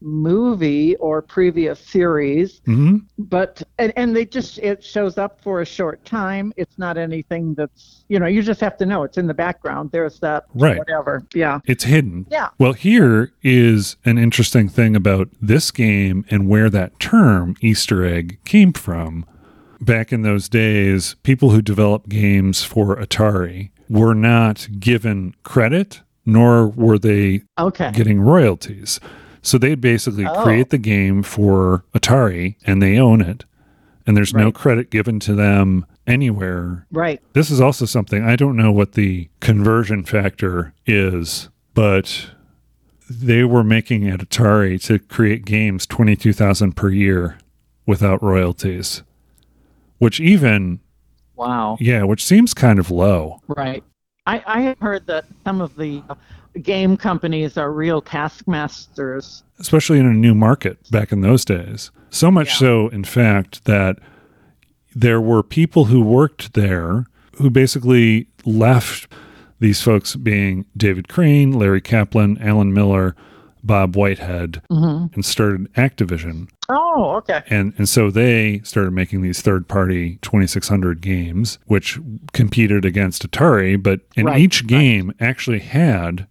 [SPEAKER 2] movie or previous series
[SPEAKER 1] hmm
[SPEAKER 2] but and, and they just it shows up for a short time it's not anything that's you know you just have to know it's in the background there's that
[SPEAKER 1] Right.
[SPEAKER 2] whatever yeah
[SPEAKER 1] It's hidden.
[SPEAKER 2] Yeah.
[SPEAKER 1] Well, here is an interesting thing about this game and where that term Easter egg came from. Back in those days, people who developed games for Atari were not given credit, nor were they
[SPEAKER 2] okay
[SPEAKER 1] getting royalties. So they basically
[SPEAKER 2] Oh.
[SPEAKER 1] create the game for Atari and they own it. And there's no
[SPEAKER 2] Right.
[SPEAKER 1] credit given to them anywhere
[SPEAKER 2] right
[SPEAKER 1] this is also something I don't know what the conversion factor is, but they were making at Atari to create games 22,000 per year without royalties, which even,
[SPEAKER 2] wow
[SPEAKER 1] yeah, which seems kind of low.
[SPEAKER 2] right i i have heard that some of the uh, game companies are real taskmasters
[SPEAKER 1] especially in a new market back in those days. So much so, in fact, that there were people who worked there who basically left these folks being David Crane, Larry Kaplan, Alan Miller, Bob Whitehead, and started Activision.
[SPEAKER 2] oh okay
[SPEAKER 1] And, and so they started making these third party 2600 games, which competed against Atari. But in
[SPEAKER 2] Right,
[SPEAKER 1] each game actually had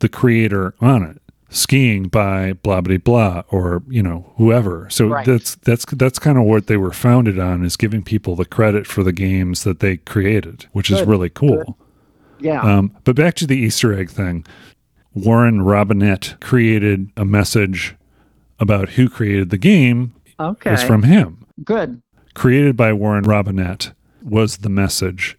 [SPEAKER 1] the creator on it skiing by blah blah blah or you know whoever so
[SPEAKER 2] Right.
[SPEAKER 1] that's that's that's kind of what they were founded on is giving people the credit for the games that they created which is
[SPEAKER 2] Good,
[SPEAKER 1] really cool
[SPEAKER 2] yeah
[SPEAKER 1] um, but back to the easter egg thing warren robinette created a message about who created the game
[SPEAKER 2] okay
[SPEAKER 1] Uh, it's from him
[SPEAKER 2] good
[SPEAKER 1] created by Warren Robinette, was the message.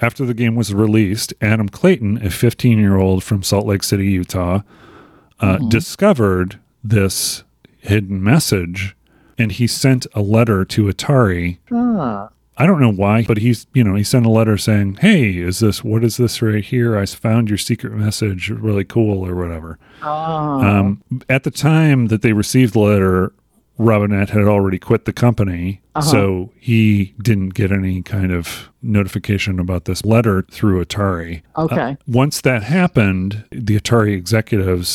[SPEAKER 1] After the game was released, Adam Clayton, a 15 year old from Salt Lake City, Utah, uh, discovered this hidden message and he sent a letter to Atari.
[SPEAKER 2] ah,
[SPEAKER 1] I don't know why, but he's, you know, he sent a letter saying, Hey, is this, what is this right here? I found your secret message. Really cool or whatever.
[SPEAKER 2] oh
[SPEAKER 1] Um, at the time that they received the letter, Robinette had already quit the company, so he didn't get any kind of notification about this letter through Atari.
[SPEAKER 2] okay
[SPEAKER 1] Once that happened, the Atari executives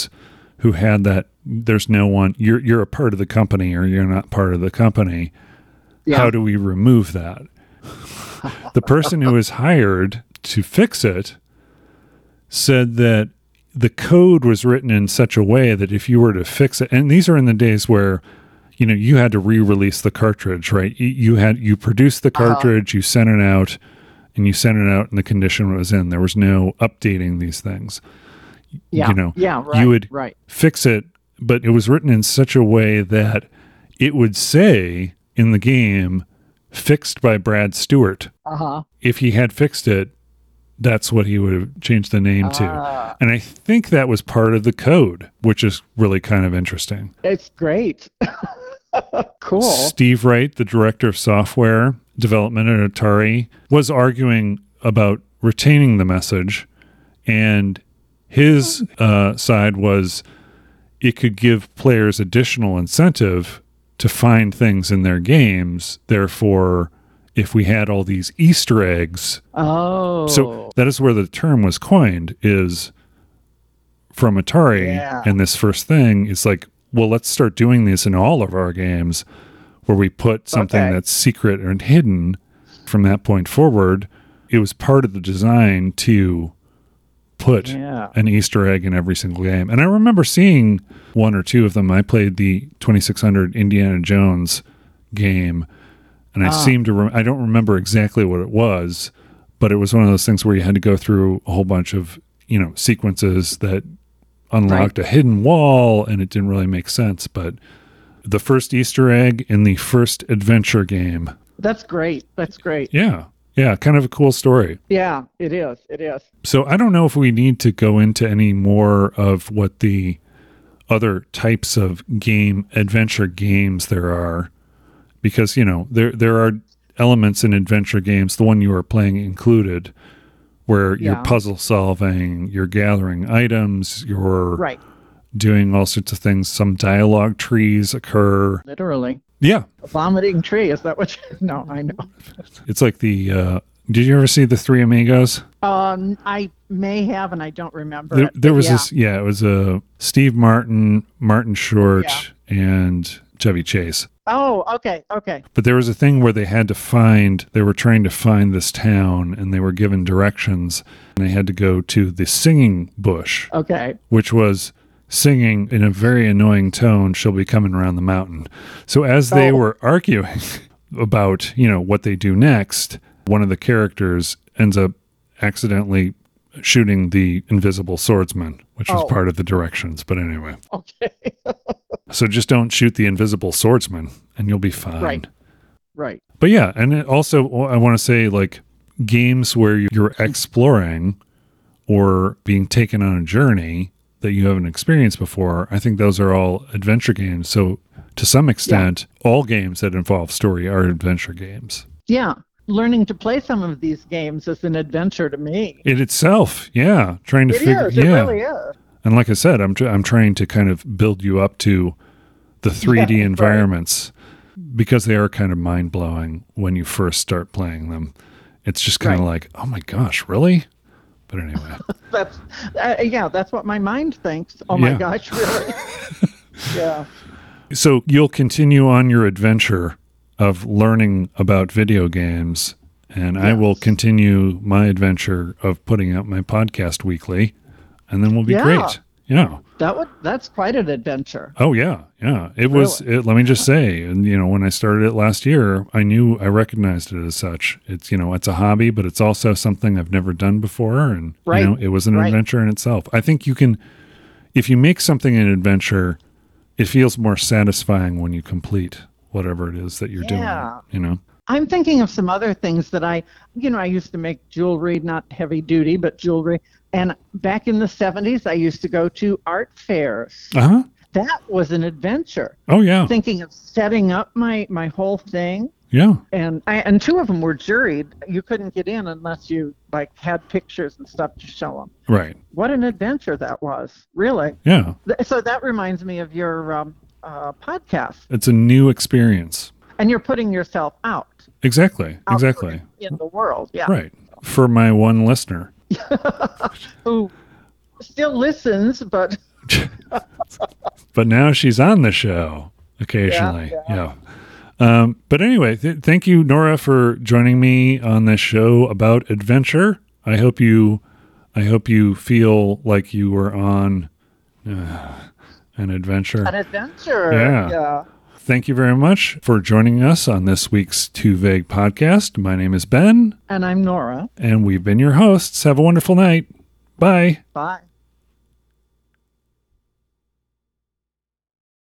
[SPEAKER 1] who had that there's no one you're you're a part of the company or you're not part of the company.
[SPEAKER 2] Yeah.
[SPEAKER 1] How do we remove that? the person who was hired to fix it said that the code was written in such a way that if you were to fix it and these are in the days where you know you had to re-release the cartridge right Y- you had you produced the cartridge you sent it out and you sent it out in the condition it was in there was no updating these things
[SPEAKER 2] yeah
[SPEAKER 1] you know,
[SPEAKER 2] yeah
[SPEAKER 1] you
[SPEAKER 2] right
[SPEAKER 1] would-
[SPEAKER 2] right
[SPEAKER 1] fix it but it was written in such a way that it would say in the game fixed by Brad Stewart
[SPEAKER 2] uh-huh
[SPEAKER 1] if he had fixed it, that's what he would have changed the name to. And I think that was part of the code, which is really kind of interesting.
[SPEAKER 2] it's great [laughs] cool
[SPEAKER 1] Steve Wright, the director of software development at Atari, was arguing about retaining the message. And his uh, side was it could give players additional incentive to find things in their games. Therefore, if we had all these Easter eggs,
[SPEAKER 2] oh
[SPEAKER 1] So that is where the term was coined is from Atari
[SPEAKER 2] Yeah.
[SPEAKER 1] and this first thing is like, well, let's start doing this in all of our games where we put something
[SPEAKER 2] Okay.
[SPEAKER 1] that's secret and hidden from that point forward. It was part of the design to put
[SPEAKER 2] Yeah.
[SPEAKER 1] an Easter egg in every single game. And I remember seeing one or two of them. I played the 2600 Indiana Jones game and I seem to rem- I don't remember exactly what it was, but it was one of those things where you had to go through a whole bunch of you know sequences that unlocked a hidden wall and it didn't really make sense. But the first Easter egg in the first adventure game.
[SPEAKER 2] That's great. That's great.
[SPEAKER 1] Yeah. Yeah. Kind of a cool story.
[SPEAKER 2] Yeah, it is. It is.
[SPEAKER 1] So I don't know if we need to go into any more of what the other types of game adventure games there are because you know there there are elements in adventure games the one you are playing included where
[SPEAKER 2] Yeah.
[SPEAKER 1] you're puzzle solving, you're gathering items, you're
[SPEAKER 2] Right.
[SPEAKER 1] doing all sorts of things, some dialogue trees occur.
[SPEAKER 2] Literally.
[SPEAKER 1] Yeah.
[SPEAKER 2] A vomiting tree. Is that what you [laughs] No, I know.
[SPEAKER 1] It's like the uh did you ever see the Three Amigos?
[SPEAKER 2] Um, I may have, and I don't remember.
[SPEAKER 1] There,
[SPEAKER 2] it,
[SPEAKER 1] there
[SPEAKER 2] but
[SPEAKER 1] was
[SPEAKER 2] yeah.
[SPEAKER 1] this, yeah. It was uh, Steve Martin, Martin Short, and Chevy Chase.
[SPEAKER 2] Oh, okay, okay.
[SPEAKER 1] But there was a thing where they had to find, they were trying to find this town and they were given directions and they had to go to the singing bush,
[SPEAKER 2] Okay. [laughs]
[SPEAKER 1] which was singing in a very annoying tone, She'll be coming around the mountain. So as they
[SPEAKER 2] Oh.
[SPEAKER 1] were arguing [laughs] about, you know, what they do next, one of the characters ends up accidentally shooting the invisible swordsman, which was
[SPEAKER 2] Oh.
[SPEAKER 1] part of the directions. But anyway,
[SPEAKER 2] Okay.
[SPEAKER 1] so just don't shoot the invisible swordsman and you'll be fine.
[SPEAKER 2] Right. right.
[SPEAKER 1] But yeah, and it also I want to say like games where you're exploring or being taken on a journey that you haven't experienced before. I think those are all adventure games. So to some extent, all games that involve story are adventure games.
[SPEAKER 2] Yeah. Learning to play some of these games is an adventure to me.
[SPEAKER 1] It itself, yeah, trying to
[SPEAKER 2] It
[SPEAKER 1] figure
[SPEAKER 2] is. It
[SPEAKER 1] yeah.
[SPEAKER 2] really is.
[SPEAKER 1] And like I said, I'm tr- I'm trying to kind of build you up to
[SPEAKER 2] [laughs]
[SPEAKER 1] the 3D
[SPEAKER 2] right.
[SPEAKER 1] environments because they are kind of mind blowing when you first start playing them. It's just kind of like, oh my gosh, really? But anyway, [laughs]
[SPEAKER 2] That's uh, yeah. That's what my mind thinks. Oh my
[SPEAKER 1] Yeah.
[SPEAKER 2] gosh, really? yeah.
[SPEAKER 1] so you'll continue on your adventure of learning about video games, and I will continue my adventure of putting out my podcast weekly, and then we'll be
[SPEAKER 2] Yeah.
[SPEAKER 1] great. Yeah.
[SPEAKER 2] That would. That's quite an adventure.
[SPEAKER 1] Oh yeah, yeah. It was. It, let me just say, and you know, when I started it last year, I knew I recognized it as such. It's you know, it's a hobby, but it's also something I've never done before, and
[SPEAKER 2] Right.
[SPEAKER 1] you know, it was an
[SPEAKER 2] Right.
[SPEAKER 1] adventure in itself. I think you can, if you make something an adventure, it feels more satisfying when you complete whatever it is that you're
[SPEAKER 2] Yeah.
[SPEAKER 1] doing. You know,
[SPEAKER 2] I'm thinking of some other things that I, you know, I used to make jewelry, not heavy duty, but jewelry. And back in the 70s, I used to go to art fairs.
[SPEAKER 1] uh huh.
[SPEAKER 2] That was an adventure.
[SPEAKER 1] Oh yeah,
[SPEAKER 2] Thinking of setting up my my whole thing,
[SPEAKER 1] yeah.
[SPEAKER 2] and I, and two of them were juried. You couldn't get in unless you like had pictures and stuff to show them.
[SPEAKER 1] Right.
[SPEAKER 2] What an adventure that was, really.
[SPEAKER 1] Yeah.
[SPEAKER 2] Th- So that reminds me of your um, uh, podcast,
[SPEAKER 1] It's a new experience.
[SPEAKER 2] and you're putting yourself out,
[SPEAKER 1] Exactly.
[SPEAKER 2] out
[SPEAKER 1] Exactly.
[SPEAKER 2] in the world. Yeah.
[SPEAKER 1] Right. For my one listener.
[SPEAKER 2] who still listens, but [laughs]
[SPEAKER 1] [laughs] but now she's on the show occasionally. Yeah. Um, but anyway, th- thank you, Nora, for joining me on this show about adventure. I hope you, I hope you feel like you were on uh, an adventure.
[SPEAKER 2] an adventure.
[SPEAKER 1] Yeah.
[SPEAKER 2] yeah.
[SPEAKER 1] Thank you very much for joining us on this week's Too Vague podcast. My name is Ben,
[SPEAKER 2] And I'm Nora.
[SPEAKER 1] and we've been your hosts. Have a wonderful night. Bye.
[SPEAKER 2] Bye.